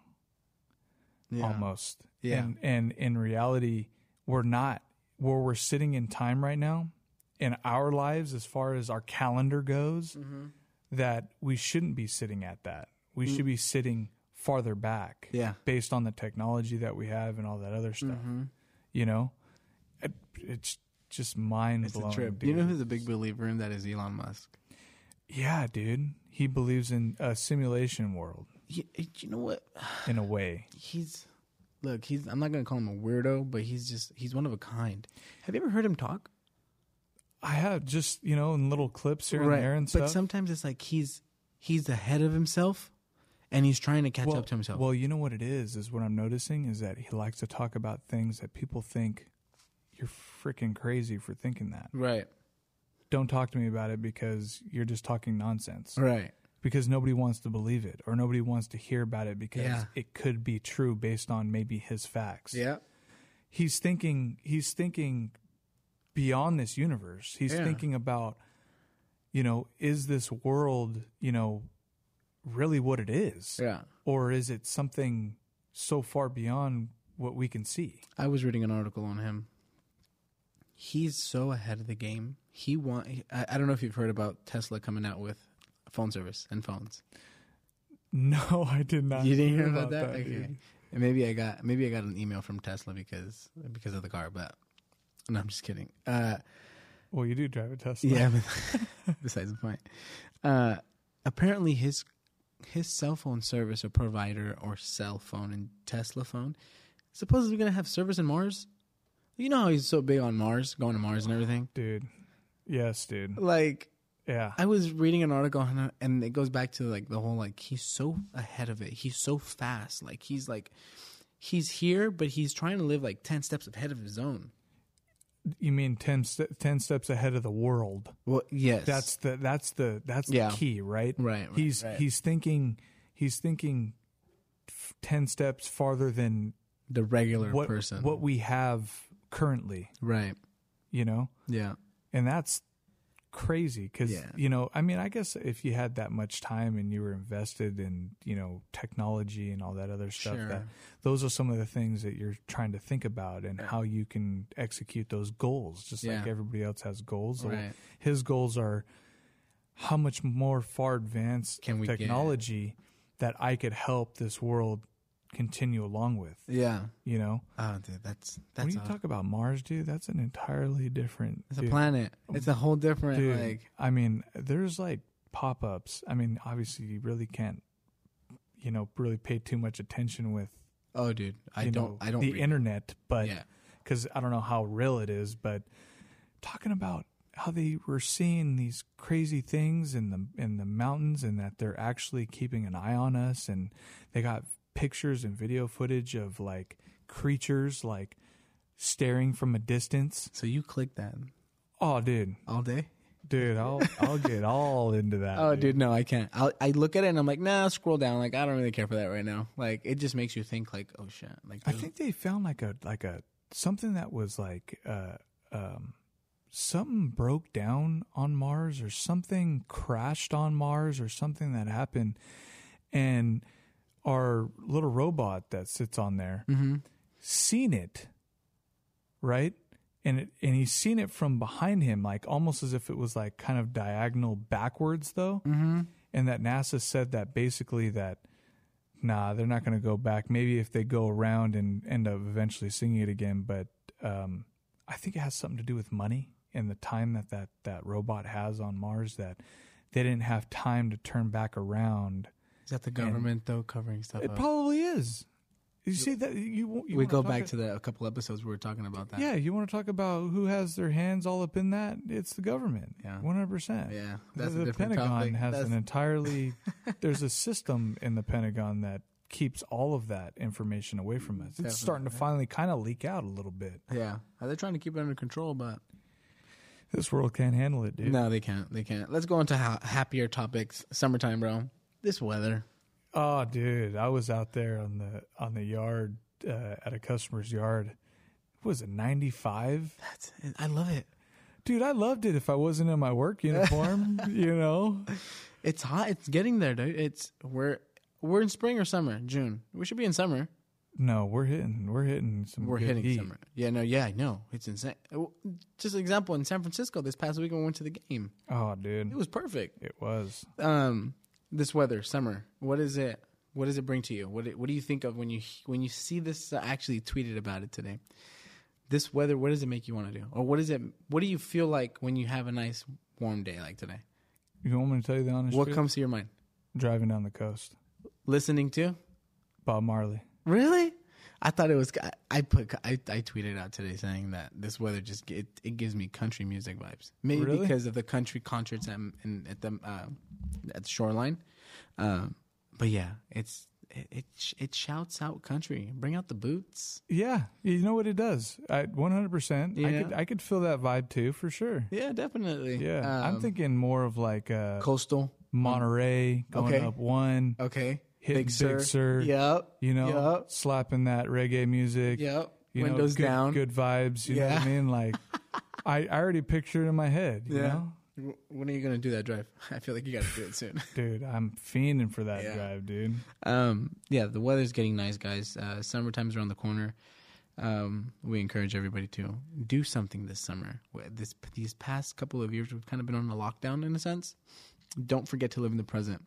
[SPEAKER 1] Yeah.
[SPEAKER 2] almost.
[SPEAKER 1] Yeah.
[SPEAKER 2] And and in reality, we're not where we're sitting in time right now in our lives as far as our calendar goes
[SPEAKER 1] Mm-hmm.
[SPEAKER 2] that we shouldn't be sitting at that. We should be sitting farther back
[SPEAKER 1] Mm. Yeah.
[SPEAKER 2] based on the technology that we have and all that other stuff.
[SPEAKER 1] Mm-hmm.
[SPEAKER 2] You know? It, it's just mind
[SPEAKER 1] It's
[SPEAKER 2] blowing.
[SPEAKER 1] a trip.
[SPEAKER 2] Dude.
[SPEAKER 1] You know who's a big believer in that is Elon Musk.
[SPEAKER 2] yeah, dude. He believes in a simulation world
[SPEAKER 1] He, eh, you know what?
[SPEAKER 2] in a way.
[SPEAKER 1] He's look. He's. I'm not gonna call him a weirdo, but he's just. He's one of a kind. Have you ever heard him talk?
[SPEAKER 2] I have just, you know, in little clips here and there and stuff.
[SPEAKER 1] But sometimes it's like he's he's ahead of himself, and he's trying to catch up to himself.
[SPEAKER 2] Well, you know what it is, is what I'm noticing is that he likes to talk about things that people think you're freaking crazy for thinking that.
[SPEAKER 1] right.
[SPEAKER 2] Don't talk to me about it because you're just talking nonsense.
[SPEAKER 1] Right.
[SPEAKER 2] Because nobody wants to believe it or nobody wants to hear about it because
[SPEAKER 1] Yeah.
[SPEAKER 2] it could be true based on maybe his facts.
[SPEAKER 1] Yeah.
[SPEAKER 2] He's thinking he's thinking beyond this universe. He's
[SPEAKER 1] Yeah.
[SPEAKER 2] thinking about you know, is this world, you know, really what it is?
[SPEAKER 1] Yeah.
[SPEAKER 2] or is it something so far beyond what we can see?
[SPEAKER 1] I was reading an article on him. He's so ahead of the game. He want. I, I don't know if you've heard about Tesla coming out with phone service and phones.
[SPEAKER 2] No, I did not.
[SPEAKER 1] You didn't hear about that? okay.
[SPEAKER 2] dude.
[SPEAKER 1] And maybe I got maybe I got an email from Tesla because because of the car, but no, I'm just kidding. Uh,
[SPEAKER 2] Well, you do drive a Tesla.
[SPEAKER 1] yeah, but besides the point. Uh, apparently, his his cell phone service or provider or cell phone and Tesla phone supposedly going to have service in Mars. You know how he's so big on Mars, going to Mars and everything.
[SPEAKER 2] dude. Yes, dude.
[SPEAKER 1] Like
[SPEAKER 2] Yeah,
[SPEAKER 1] I was reading an article on, and it goes back to like the whole like he's so ahead of it. He's so fast. Like he's like he's here, but he's trying to live like ten steps ahead of his own.
[SPEAKER 2] you mean 10, st- 10 steps ahead of the world?
[SPEAKER 1] Well, yes,
[SPEAKER 2] That's the that's the that's
[SPEAKER 1] Yeah.
[SPEAKER 2] the key, right?
[SPEAKER 1] Right, right,
[SPEAKER 2] He's
[SPEAKER 1] right.
[SPEAKER 2] he's thinking he's thinking f- ten steps farther than
[SPEAKER 1] the regular
[SPEAKER 2] what
[SPEAKER 1] person.
[SPEAKER 2] what we have currently.
[SPEAKER 1] right?
[SPEAKER 2] You know,
[SPEAKER 1] Yeah,
[SPEAKER 2] and that's crazy because
[SPEAKER 1] Yeah.
[SPEAKER 2] you know i mean i guess if you had that much time and you were invested in you know technology and all that other stuff
[SPEAKER 1] Sure.
[SPEAKER 2] that those are some of the things that you're trying to think about and how you can execute those goals just like
[SPEAKER 1] Yeah.
[SPEAKER 2] everybody else has goals So
[SPEAKER 1] Right.
[SPEAKER 2] his goals are how much more far advanced
[SPEAKER 1] Can we get?
[SPEAKER 2] technology that i could help this world continue along with
[SPEAKER 1] Yeah.
[SPEAKER 2] you know
[SPEAKER 1] Oh, dude, that's
[SPEAKER 2] when
[SPEAKER 1] that's
[SPEAKER 2] you
[SPEAKER 1] a,
[SPEAKER 2] talk about mars dude that's an entirely different
[SPEAKER 1] it's a
[SPEAKER 2] dude.
[SPEAKER 1] planet. It's a whole different
[SPEAKER 2] Dude,
[SPEAKER 1] like.
[SPEAKER 2] I mean, there's like pop ups. I mean, obviously, you really can't, you know, really pay too much attention with,
[SPEAKER 1] Oh, dude, I
[SPEAKER 2] you
[SPEAKER 1] don't.
[SPEAKER 2] know,
[SPEAKER 1] I don't.
[SPEAKER 2] the
[SPEAKER 1] read.
[SPEAKER 2] internet, but
[SPEAKER 1] yeah.
[SPEAKER 2] because I don't know how real it is, but talking about how they were seeing these crazy things in the in the mountains and that they're actually keeping an eye on us and they got pictures and video footage of like creatures like staring from a distance.
[SPEAKER 1] So you click that
[SPEAKER 2] Oh dude,
[SPEAKER 1] all day?
[SPEAKER 2] dude, I'll I'll get all into that.
[SPEAKER 1] Oh, dude, no, I can't. I I look at it and I'm like, nah, scroll down. Like I don't really care for that right now. Like it just makes you think. Like oh shit. Like
[SPEAKER 2] I
[SPEAKER 1] dude,
[SPEAKER 2] think they found like a like a something that was like uh um something broke down on Mars or something crashed on Mars or something that happened and our little robot that sits on there
[SPEAKER 1] Mm-hmm,
[SPEAKER 2] seen it right and it, and he's seen it from behind him like almost as if it was like kind of diagonal backwards though
[SPEAKER 1] mm-hmm.
[SPEAKER 2] and that NASA said that basically that nah, they're not going to go back. Maybe if they go around and end up eventually singing it again, but um, I think it has something to do with money and the time that, that that robot has on Mars that they didn't have time to turn back around.
[SPEAKER 1] is that the government though covering stuff?
[SPEAKER 2] It
[SPEAKER 1] up?
[SPEAKER 2] probably is. You see that you, won't- you
[SPEAKER 1] we
[SPEAKER 2] wanna
[SPEAKER 1] go
[SPEAKER 2] talk
[SPEAKER 1] back
[SPEAKER 2] a-
[SPEAKER 1] to the a couple episodes we were talking about that.
[SPEAKER 2] yeah. You want to talk about who has their hands all up in that? It's the government.
[SPEAKER 1] Yeah.
[SPEAKER 2] one hundred percent.
[SPEAKER 1] yeah. That's
[SPEAKER 2] the
[SPEAKER 1] a different
[SPEAKER 2] Pentagon
[SPEAKER 1] topic.
[SPEAKER 2] has
[SPEAKER 1] That's-
[SPEAKER 2] an entirely there's a system in the Pentagon that keeps all of that information away from us. It's starting to finally kind of leak out a little bit.
[SPEAKER 1] yeah. They're trying to keep it under control, but
[SPEAKER 2] This world can't handle it, dude.
[SPEAKER 1] no, they can't. They can't. Let's go on to ha- happier topics. Summertime, bro. This weather.
[SPEAKER 2] Oh, dude, I was out there on the on the yard uh, at a customer's yard. It was it 95?
[SPEAKER 1] That's. I love it.
[SPEAKER 2] Dude, I loved it if I wasn't in my work uniform, you know.
[SPEAKER 1] It's hot. It's getting there, dude. It's we're we're in spring or summer. June. We should be in summer.
[SPEAKER 2] No, we're hitting we're hitting some
[SPEAKER 1] We're
[SPEAKER 2] good
[SPEAKER 1] hitting
[SPEAKER 2] heat.
[SPEAKER 1] summer. Yeah, no, yeah, I know. It's insane. Well, Just an example in San Francisco this past week when we went to the game.
[SPEAKER 2] Oh,
[SPEAKER 1] It
[SPEAKER 2] dude.
[SPEAKER 1] was perfect.
[SPEAKER 2] It was.
[SPEAKER 1] Um, this weather, summer. What is it? What does it bring to you? What do- What do you think of when you when you see this? I actually tweeted about it today. This weather. What does it make you want to do? Or what is it? What do you feel like when you have a nice warm day like today?
[SPEAKER 2] You want me to tell you the honest
[SPEAKER 1] What
[SPEAKER 2] truth?
[SPEAKER 1] comes to your mind?
[SPEAKER 2] Driving down the coast.
[SPEAKER 1] Listening to
[SPEAKER 2] Bob Marley.
[SPEAKER 1] Really? I thought it was. I- I put. I, I tweeted out today saying that this weather just it, it gives me country music vibes. Maybe
[SPEAKER 2] Really?
[SPEAKER 1] because of the country concerts at, in, at the uh, at the shoreline. Um, but yeah, it's it, it sh- it shouts out country. Bring out the boots.
[SPEAKER 2] Yeah, you know what it does. I 100%. I
[SPEAKER 1] Yeah.
[SPEAKER 2] could I could feel that vibe too for sure.
[SPEAKER 1] Yeah, definitely.
[SPEAKER 2] Yeah. I'm
[SPEAKER 1] Um,
[SPEAKER 2] thinking more of like uh
[SPEAKER 1] coastal.
[SPEAKER 2] Monterey going
[SPEAKER 1] Okay.
[SPEAKER 2] up one,
[SPEAKER 1] Okay.
[SPEAKER 2] Hitting Big Sur.
[SPEAKER 1] Yep.
[SPEAKER 2] you know,
[SPEAKER 1] Yep.
[SPEAKER 2] slapping that reggae music.
[SPEAKER 1] Yep.
[SPEAKER 2] You know,
[SPEAKER 1] Windows
[SPEAKER 2] good,
[SPEAKER 1] down.
[SPEAKER 2] Good vibes, you know what
[SPEAKER 1] Yeah.
[SPEAKER 2] I mean? Like I, I already picture it in my head, you
[SPEAKER 1] Yeah.
[SPEAKER 2] know?
[SPEAKER 1] W- When are you gonna do that drive? I feel like you gotta do it soon.
[SPEAKER 2] Dude, I'm fiending for that
[SPEAKER 1] Yeah.
[SPEAKER 2] drive, dude.
[SPEAKER 1] um yeah the weather's getting nice guys uh summertime's around the corner um we encourage everybody to do something this summer Wh- this these past couple of years we've kind of been on a lockdown in a sense don't forget to live in the present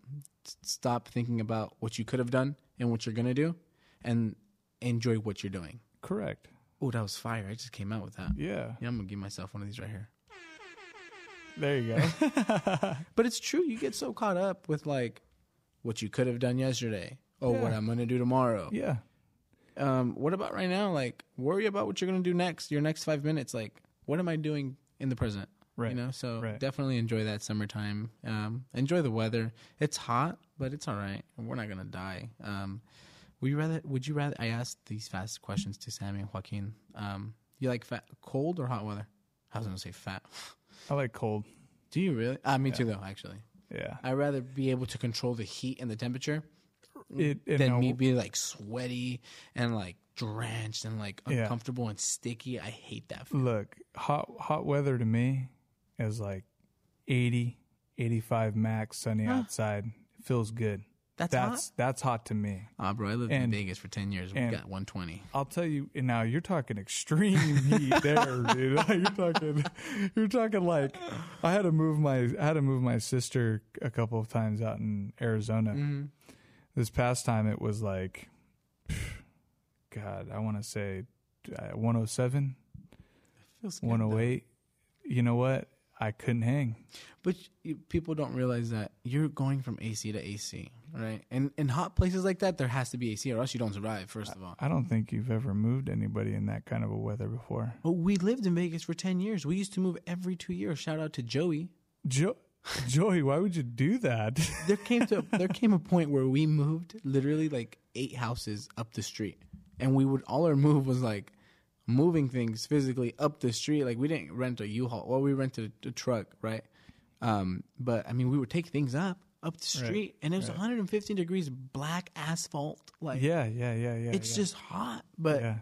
[SPEAKER 1] S- stop thinking about what you could have done and what you're gonna do and enjoy what you're doing
[SPEAKER 2] Correct.
[SPEAKER 1] oh that was fire i just came out with that
[SPEAKER 2] Yeah.
[SPEAKER 1] yeah i'm gonna give myself one of these right here
[SPEAKER 2] There you go.
[SPEAKER 1] But it's true. You get so caught up with like what you could have done yesterday or what
[SPEAKER 2] Yeah.
[SPEAKER 1] I'm going to do tomorrow.
[SPEAKER 2] yeah.
[SPEAKER 1] Um, what about right now? Like, worry about what you're going to do next, your next five minutes. Like, what am I doing in the present?
[SPEAKER 2] Right.
[SPEAKER 1] You know, so
[SPEAKER 2] Right.
[SPEAKER 1] definitely enjoy that summertime. Um, enjoy the weather. It's hot, but it's all right. We're not going to die. Um, would you rather, would you rather, I asked these fast questions to Sammy and Joaquin. Um, you like fat, cold or hot weather? I was going to say fat.
[SPEAKER 2] I like cold.
[SPEAKER 1] do you really? Uh, me too, though, actually.
[SPEAKER 2] Yeah.
[SPEAKER 1] I'd rather be able to control the heat and the temperature
[SPEAKER 2] It, it
[SPEAKER 1] than
[SPEAKER 2] no-
[SPEAKER 1] Mm. me be like sweaty and like drenched and like
[SPEAKER 2] Yeah.
[SPEAKER 1] uncomfortable and sticky. I hate that. f-
[SPEAKER 2] look hot hot weather to me is like 80, 85 max, sunny outside. Feels good.
[SPEAKER 1] That's,
[SPEAKER 2] that's
[SPEAKER 1] hot.
[SPEAKER 2] that's hot to me.
[SPEAKER 1] Ah, bro, I lived in
[SPEAKER 2] and-
[SPEAKER 1] Vegas for ten years. We
[SPEAKER 2] and-
[SPEAKER 1] got one twenty.
[SPEAKER 2] I'll tell you and now. You're talking extreme heat there, dude. you're talking, you're talking like I had to move my I had to move my sister a couple of times out in Arizona.
[SPEAKER 1] Mm-hmm.
[SPEAKER 2] This past time, it was like, God, I want to say uh, 107,
[SPEAKER 1] Feels good, though.
[SPEAKER 2] 108. You know what? I couldn't hang.
[SPEAKER 1] But you- people don't realize that you're going from AC to AC, right? And in hot places like that, there has to be AC, or else you don't survive. First of all,
[SPEAKER 2] I don't think you've ever moved anybody in that kind of a weather before.
[SPEAKER 1] but we lived in Vegas for ten years. We used to move every two years. Shout out to Joey.
[SPEAKER 2] Jo- Joey, why would you do that?
[SPEAKER 1] There came to there came a point where we moved literally like eight houses up the street, and we would all our move was like moving things physically up the street. Like we didn't rent a U-Haul, well we rented a, a truck, right? Um, but I mean, we would take things up up the street, and it was 115 degrees, black asphalt, like.
[SPEAKER 2] yeah, yeah, yeah, yeah.
[SPEAKER 1] It's
[SPEAKER 2] yeah.
[SPEAKER 1] just hot, but
[SPEAKER 2] Yeah.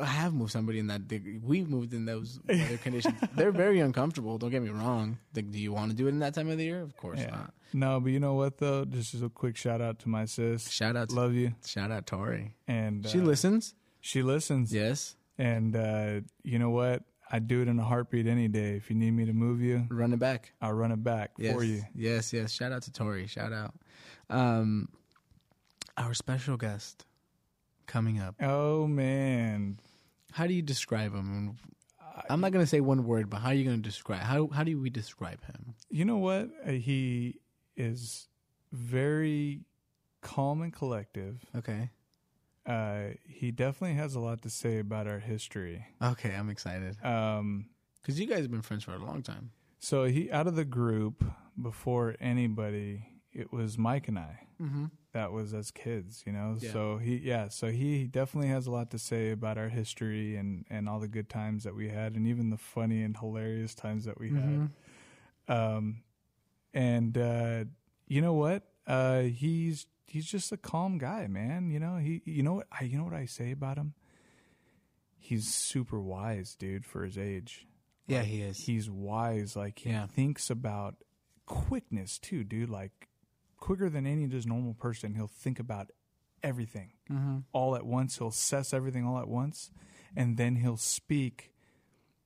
[SPEAKER 1] I have moved somebody in that. Degree. We've moved in those weather conditions. They're very uncomfortable. Don't get me wrong. Like, do you want to do it in that time of the year? Of course
[SPEAKER 2] Yeah.
[SPEAKER 1] not.
[SPEAKER 2] No, but you know what though? Just as a quick shout out to my sis.
[SPEAKER 1] Shout out, to,
[SPEAKER 2] Love you.
[SPEAKER 1] shout out, Tori.
[SPEAKER 2] And uh,
[SPEAKER 1] She listens.
[SPEAKER 2] she listens.
[SPEAKER 1] Yes,
[SPEAKER 2] And uh, you know what? I'd do it in a heartbeat any day. If you need me to move you,
[SPEAKER 1] run it back
[SPEAKER 2] I'll run it back
[SPEAKER 1] yes.
[SPEAKER 2] for you.
[SPEAKER 1] Yes, yes. Shout out to Tori. Shout out. Um, our special guest coming up.
[SPEAKER 2] Oh man.
[SPEAKER 1] How do you describe him? uh, I'm not gonna say one word, but how are you gonna describe? How how do we describe him?
[SPEAKER 2] You know what? Uh, He is very calm and collective.
[SPEAKER 1] Okay.
[SPEAKER 2] Uh, he definitely has a lot to say about our history.
[SPEAKER 1] Okay, I'm excited
[SPEAKER 2] Um,
[SPEAKER 1] because you guys have been friends for a long time.
[SPEAKER 2] so he out of the group before anybody, it was Mike and I.
[SPEAKER 1] Mm-hmm.
[SPEAKER 2] that was as kids, you know.
[SPEAKER 1] Yeah.
[SPEAKER 2] So he, yeah, so he definitely has a lot to say about our history and and all the good times that we had, and even the funny and hilarious times that we
[SPEAKER 1] Mm-hmm.
[SPEAKER 2] had. Um, and uh, you know what? Uh, he's he's just a calm guy, man. You know he, you know what I, you know what I say about him. He's super wise, dude, for his age.
[SPEAKER 1] Yeah, he is.
[SPEAKER 2] He's wise, like he
[SPEAKER 1] Yeah.
[SPEAKER 2] thinks about quickness too, dude. Like quicker than any just normal person, he'll think about everything
[SPEAKER 1] Mm-hmm.
[SPEAKER 2] all at once. He'll assess everything all at once, and then he'll speak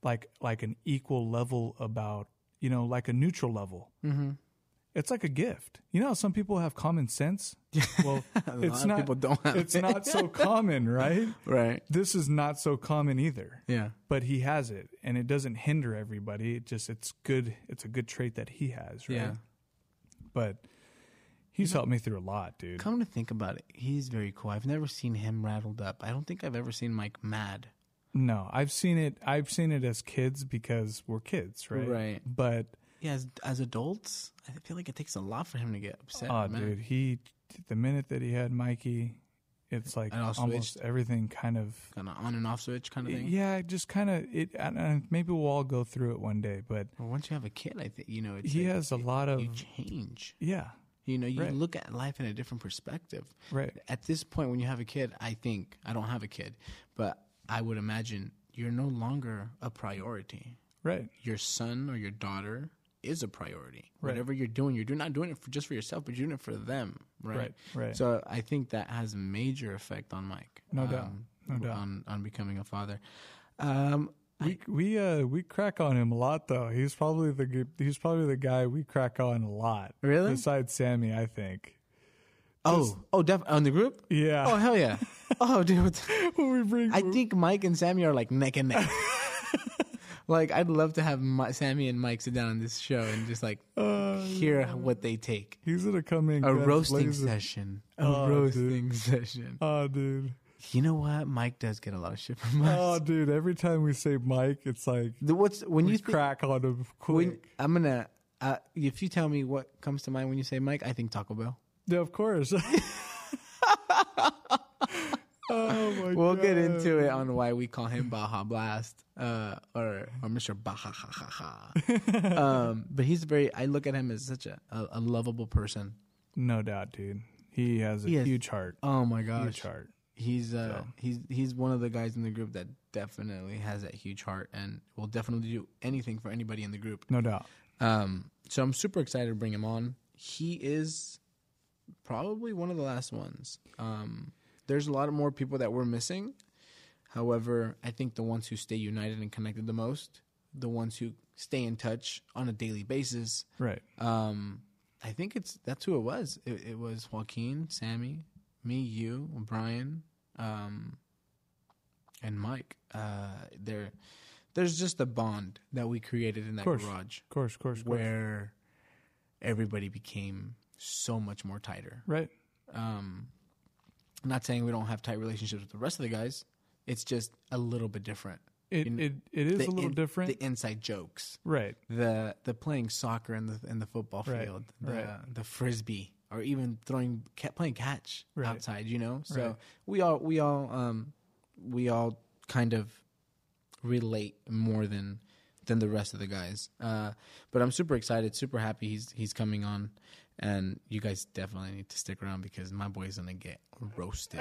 [SPEAKER 2] like like an equal level about you know like a neutral level.
[SPEAKER 1] Mm-hmm.
[SPEAKER 2] It's like a gift. You know, how some people have common sense. Well, it's
[SPEAKER 1] of
[SPEAKER 2] not.
[SPEAKER 1] people don't have
[SPEAKER 2] it's
[SPEAKER 1] it.
[SPEAKER 2] not so common, right?
[SPEAKER 1] Right.
[SPEAKER 2] This is not so common either
[SPEAKER 1] Yeah.
[SPEAKER 2] but he has it and it doesn't hinder everybody it just it's good it's a good trait that he has right
[SPEAKER 1] Yeah.
[SPEAKER 2] but he's helped me through a lot dude
[SPEAKER 1] Come to think about it, he's very cool. I've never seen him rattled up. I don't think I've ever seen Mike mad.
[SPEAKER 2] no i've seen it i've seen it as kids because we're kids right
[SPEAKER 1] Right.
[SPEAKER 2] but
[SPEAKER 1] Yeah, as, as adults, I feel like it takes a lot for him to get upset.
[SPEAKER 2] oh
[SPEAKER 1] man.
[SPEAKER 2] dude he the minute that he had mikey it's like
[SPEAKER 1] And all
[SPEAKER 2] almost
[SPEAKER 1] switched.
[SPEAKER 2] everything kind of
[SPEAKER 1] Kind of on and off switch kind of thing.
[SPEAKER 2] yeah it just kind of it and, and maybe we'll all go through it one day but
[SPEAKER 1] Well, once you have a kid, I think you know it's
[SPEAKER 2] he
[SPEAKER 1] like
[SPEAKER 2] has a lot of
[SPEAKER 1] you change.
[SPEAKER 2] yeah
[SPEAKER 1] You know, you
[SPEAKER 2] Right.
[SPEAKER 1] look at life in a different perspective.
[SPEAKER 2] right
[SPEAKER 1] At this point, when you have a kid, I think I don't have a kid, but I would imagine you're no longer a priority.
[SPEAKER 2] right
[SPEAKER 1] your son or your daughter is a priority.
[SPEAKER 2] Right.
[SPEAKER 1] Whatever you're doing, you're do- not doing it for just for yourself, but you're doing it for them, right?
[SPEAKER 2] Right, right.
[SPEAKER 1] So I think that has a major effect on Mike. Um,
[SPEAKER 2] No doubt, no doubt.
[SPEAKER 1] On on becoming a father. Um,
[SPEAKER 2] We we uh we crack on him a lot though. He's probably the gu- he's probably the guy we crack on a lot.
[SPEAKER 1] Really?
[SPEAKER 2] Besides Sammy, I think.
[SPEAKER 1] oh, oh, def- on the group. Oh
[SPEAKER 2] Yeah.
[SPEAKER 1] hell yeah! oh dude,
[SPEAKER 2] when we bring
[SPEAKER 1] I think Mike and Sammy are like neck and neck. like I'd love to have Mi- Sammy and Mike sit down on this show and just like
[SPEAKER 2] uh,
[SPEAKER 1] hear what they take.
[SPEAKER 2] he's gonna come in
[SPEAKER 1] A
[SPEAKER 2] guns
[SPEAKER 1] roasting
[SPEAKER 2] blazing.
[SPEAKER 1] session. A
[SPEAKER 2] Oh, dude.
[SPEAKER 1] roasting session.
[SPEAKER 2] Oh, dude.
[SPEAKER 1] You know what? Mike does get a lot of shit from us.
[SPEAKER 2] Oh, dude. Every time we say Mike, it's like
[SPEAKER 1] The- What's when you
[SPEAKER 2] we
[SPEAKER 1] think,
[SPEAKER 2] crack on him quick.
[SPEAKER 1] when I'm gonna uh, if you tell me what comes to mind when you say Mike, I think Taco Bell.
[SPEAKER 2] yeah, of course. oh my
[SPEAKER 1] We'll
[SPEAKER 2] god.
[SPEAKER 1] get into it on why we call him Baja Blast uh, or or Mr. Baja. Ha, ha, ha. um, but he's very. I look at him as such a, a, a lovable person.
[SPEAKER 2] No doubt, dude. He has a
[SPEAKER 1] He has-
[SPEAKER 2] huge heart.
[SPEAKER 1] Oh my
[SPEAKER 2] Huge
[SPEAKER 1] gosh,
[SPEAKER 2] heart.
[SPEAKER 1] he's uh, he's he's one of the guys in the group that definitely has that huge heart and will definitely do anything for anybody in the group.
[SPEAKER 2] No doubt.
[SPEAKER 1] Um, so I'm super excited to bring him on. He is probably one of the last ones. Um, there's a lot of more people that we're missing. However, I think the ones who stay united and connected the most, the ones who stay in touch on a daily basis,
[SPEAKER 2] Right.
[SPEAKER 1] um, I think it's that's who it was. It, it was Joaquin, Sammy, me, you, Brian, um, and Mike. Uh, there, there's just a bond that we created in that
[SPEAKER 2] Course.
[SPEAKER 1] garage
[SPEAKER 2] Of course, of course, of course.
[SPEAKER 1] where everybody became so much more tighter.
[SPEAKER 2] Right.
[SPEAKER 1] Um, I'm not saying we don't have tight relationships with the rest of the guys. It's just a little bit different.
[SPEAKER 2] It,
[SPEAKER 1] In-
[SPEAKER 2] it, it is
[SPEAKER 1] The
[SPEAKER 2] a little
[SPEAKER 1] in-
[SPEAKER 2] different.
[SPEAKER 1] The inside jokes
[SPEAKER 2] right.
[SPEAKER 1] the the playing soccer in the in the football
[SPEAKER 2] Right,
[SPEAKER 1] field, the
[SPEAKER 2] right.
[SPEAKER 1] the frisbee, or even throwing ca- playing catch
[SPEAKER 2] Right.
[SPEAKER 1] outside. You know, so
[SPEAKER 2] Right.
[SPEAKER 1] we all we all um we all kind of relate more than than the rest of the guys. Uh, but I'm super excited, super happy he's he's coming on. And you guys definitely need to stick around because my boy's gonna get roasted.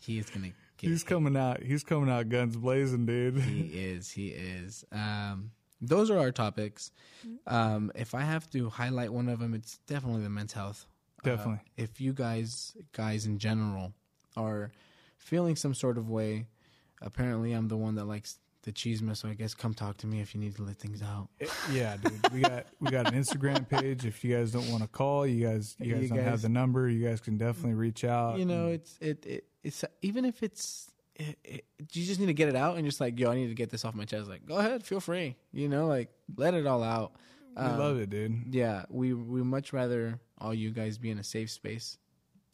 [SPEAKER 1] he is gonna get
[SPEAKER 2] He's coming out. He's coming out guns blazing, dude.
[SPEAKER 1] he is. He is. Um, those are our topics. Um, if I have to highlight one of them, it's definitely the men's health. Uh,
[SPEAKER 2] Definitely.
[SPEAKER 1] if you guys, guys in general, are feeling some sort of way, apparently I'm the one that likes the cheese so I guess come talk to me if you need to let things out.
[SPEAKER 2] It- yeah, dude. We got we got an Instagram page. If you guys don't want to call, you guys you guys
[SPEAKER 1] You
[SPEAKER 2] don't have
[SPEAKER 1] guys-
[SPEAKER 2] the number. You guys can definitely reach out.
[SPEAKER 1] you know, it's it, it it's even if it's it, it, you just need to get it out and just like yo, I need to get this off my chest. Like, go ahead, feel free. You know, like let it all out.
[SPEAKER 2] we
[SPEAKER 1] um,
[SPEAKER 2] love it, dude.
[SPEAKER 1] Yeah, we we much rather all you guys be in a safe space,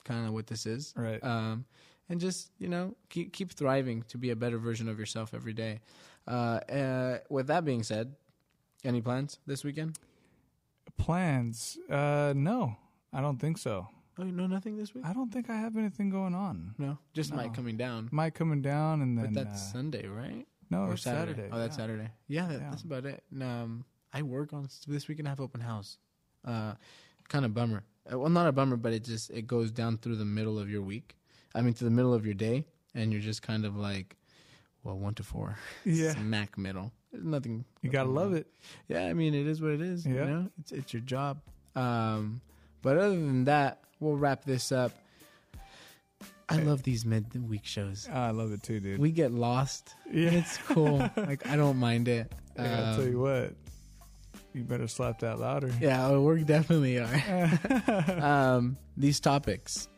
[SPEAKER 1] kind of what this is,
[SPEAKER 2] Right.
[SPEAKER 1] um, and just you know keep keep thriving to be a better version of yourself every day. Uh, uh, with that being said, any plans this weekend?
[SPEAKER 2] Plans? Uh, no, I don't think so.
[SPEAKER 1] Oh, no, nothing this week.
[SPEAKER 2] I don't think I have anything going on.
[SPEAKER 1] No, just my coming down.
[SPEAKER 2] Mike coming down, and then
[SPEAKER 1] But that's
[SPEAKER 2] uh,
[SPEAKER 1] Sunday, right?
[SPEAKER 2] no,
[SPEAKER 1] Or
[SPEAKER 2] it's Saturday.
[SPEAKER 1] Oh, that's
[SPEAKER 2] yeah.
[SPEAKER 1] Saturday. Yeah, that,
[SPEAKER 2] Yeah.
[SPEAKER 1] that's about it. And, um, I work on this weekend. I have open house. Uh, kind of bummer. Uh, Well, not a bummer, but it just it goes down through the middle of your week. I mean, to the middle of your day, and you're just kind of like, well, one to four,
[SPEAKER 2] Yeah,
[SPEAKER 1] smack middle. There's nothing.
[SPEAKER 2] you gotta
[SPEAKER 1] nothing
[SPEAKER 2] love
[SPEAKER 1] wrong.
[SPEAKER 2] it.
[SPEAKER 1] Yeah, I mean, it is what it is. You
[SPEAKER 2] Yeah.
[SPEAKER 1] know, it's it's your job. Um, but other than that, we'll wrap this up. I love these midweek shows.
[SPEAKER 2] I love it too, dude.
[SPEAKER 1] We get lost.
[SPEAKER 2] Yeah.
[SPEAKER 1] It's cool. like I don't mind it.
[SPEAKER 2] Yeah, I'll
[SPEAKER 1] Um,
[SPEAKER 2] tell you what. You better slap that louder.
[SPEAKER 1] Yeah, oh, we definitely are. um, these topics.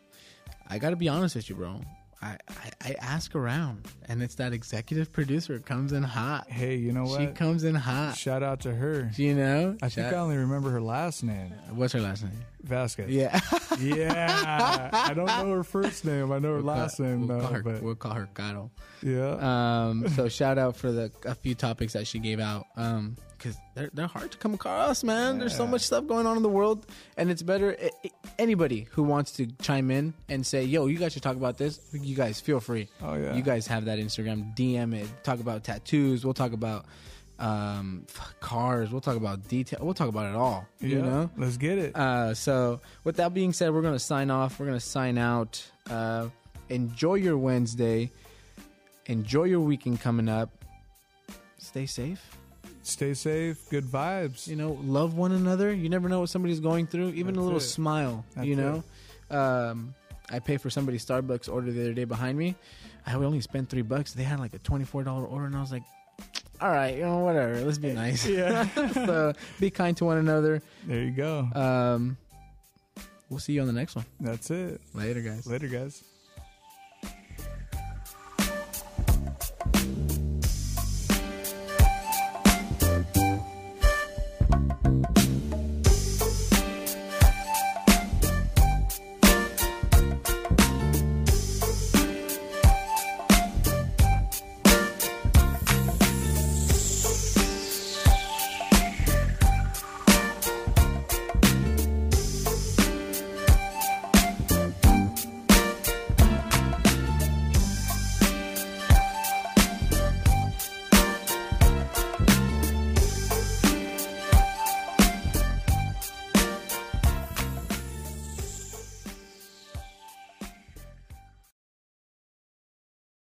[SPEAKER 1] I got to be honest with you, bro. I, I, I ask around, and it's that executive producer comes in hot.
[SPEAKER 2] Hey, you know
[SPEAKER 1] She
[SPEAKER 2] what?
[SPEAKER 1] comes in hot.
[SPEAKER 2] Shout out to her.
[SPEAKER 1] you know?
[SPEAKER 2] I think I only remember her last name,
[SPEAKER 1] What's her last name?
[SPEAKER 2] Vasquez.
[SPEAKER 1] Yeah.
[SPEAKER 2] Yeah. I don't know her first name. I know her last name
[SPEAKER 1] we'll,
[SPEAKER 2] though.
[SPEAKER 1] call her,
[SPEAKER 2] But
[SPEAKER 1] we'll call her Caro.
[SPEAKER 2] yeah,
[SPEAKER 1] Um, so shout out for the a few topics that she gave out. Um, because they're they're hard to come across, man. There's so
[SPEAKER 2] Yeah.
[SPEAKER 1] much stuff going on in the world, and it's better i i anybody who wants to chime in and say, "Yo, you guys should talk about this." You guys feel free.
[SPEAKER 2] Oh, yeah.
[SPEAKER 1] You guys have that Instagram. DM it. Talk about tattoos. We'll talk about um fuck, cars. We'll talk about detail. We'll talk about it all. You
[SPEAKER 2] Yeah.
[SPEAKER 1] know.
[SPEAKER 2] Let's get it.
[SPEAKER 1] Uh, so with that being said, we're gonna sign off. We're gonna sign out. Uh, enjoy your Wednesday. Enjoy your weekend coming up. Stay safe.
[SPEAKER 2] Stay safe. Good vibes.
[SPEAKER 1] You know, love one another. You never know what somebody's going through. Even a
[SPEAKER 2] That's
[SPEAKER 1] little
[SPEAKER 2] it.
[SPEAKER 1] smile. you know.
[SPEAKER 2] That's
[SPEAKER 1] Um, I paid for somebody's Starbucks order the other day behind me. I would only spent three bucks. They had like a twenty four dollar order, and I was like, "All right, you know, whatever. Let's be nice."
[SPEAKER 2] Yeah.
[SPEAKER 1] so be kind to one another.
[SPEAKER 2] There you go.
[SPEAKER 1] Uh, Um, we'll see you on the next one.
[SPEAKER 2] That's it.
[SPEAKER 1] Later, guys.
[SPEAKER 2] Later, guys.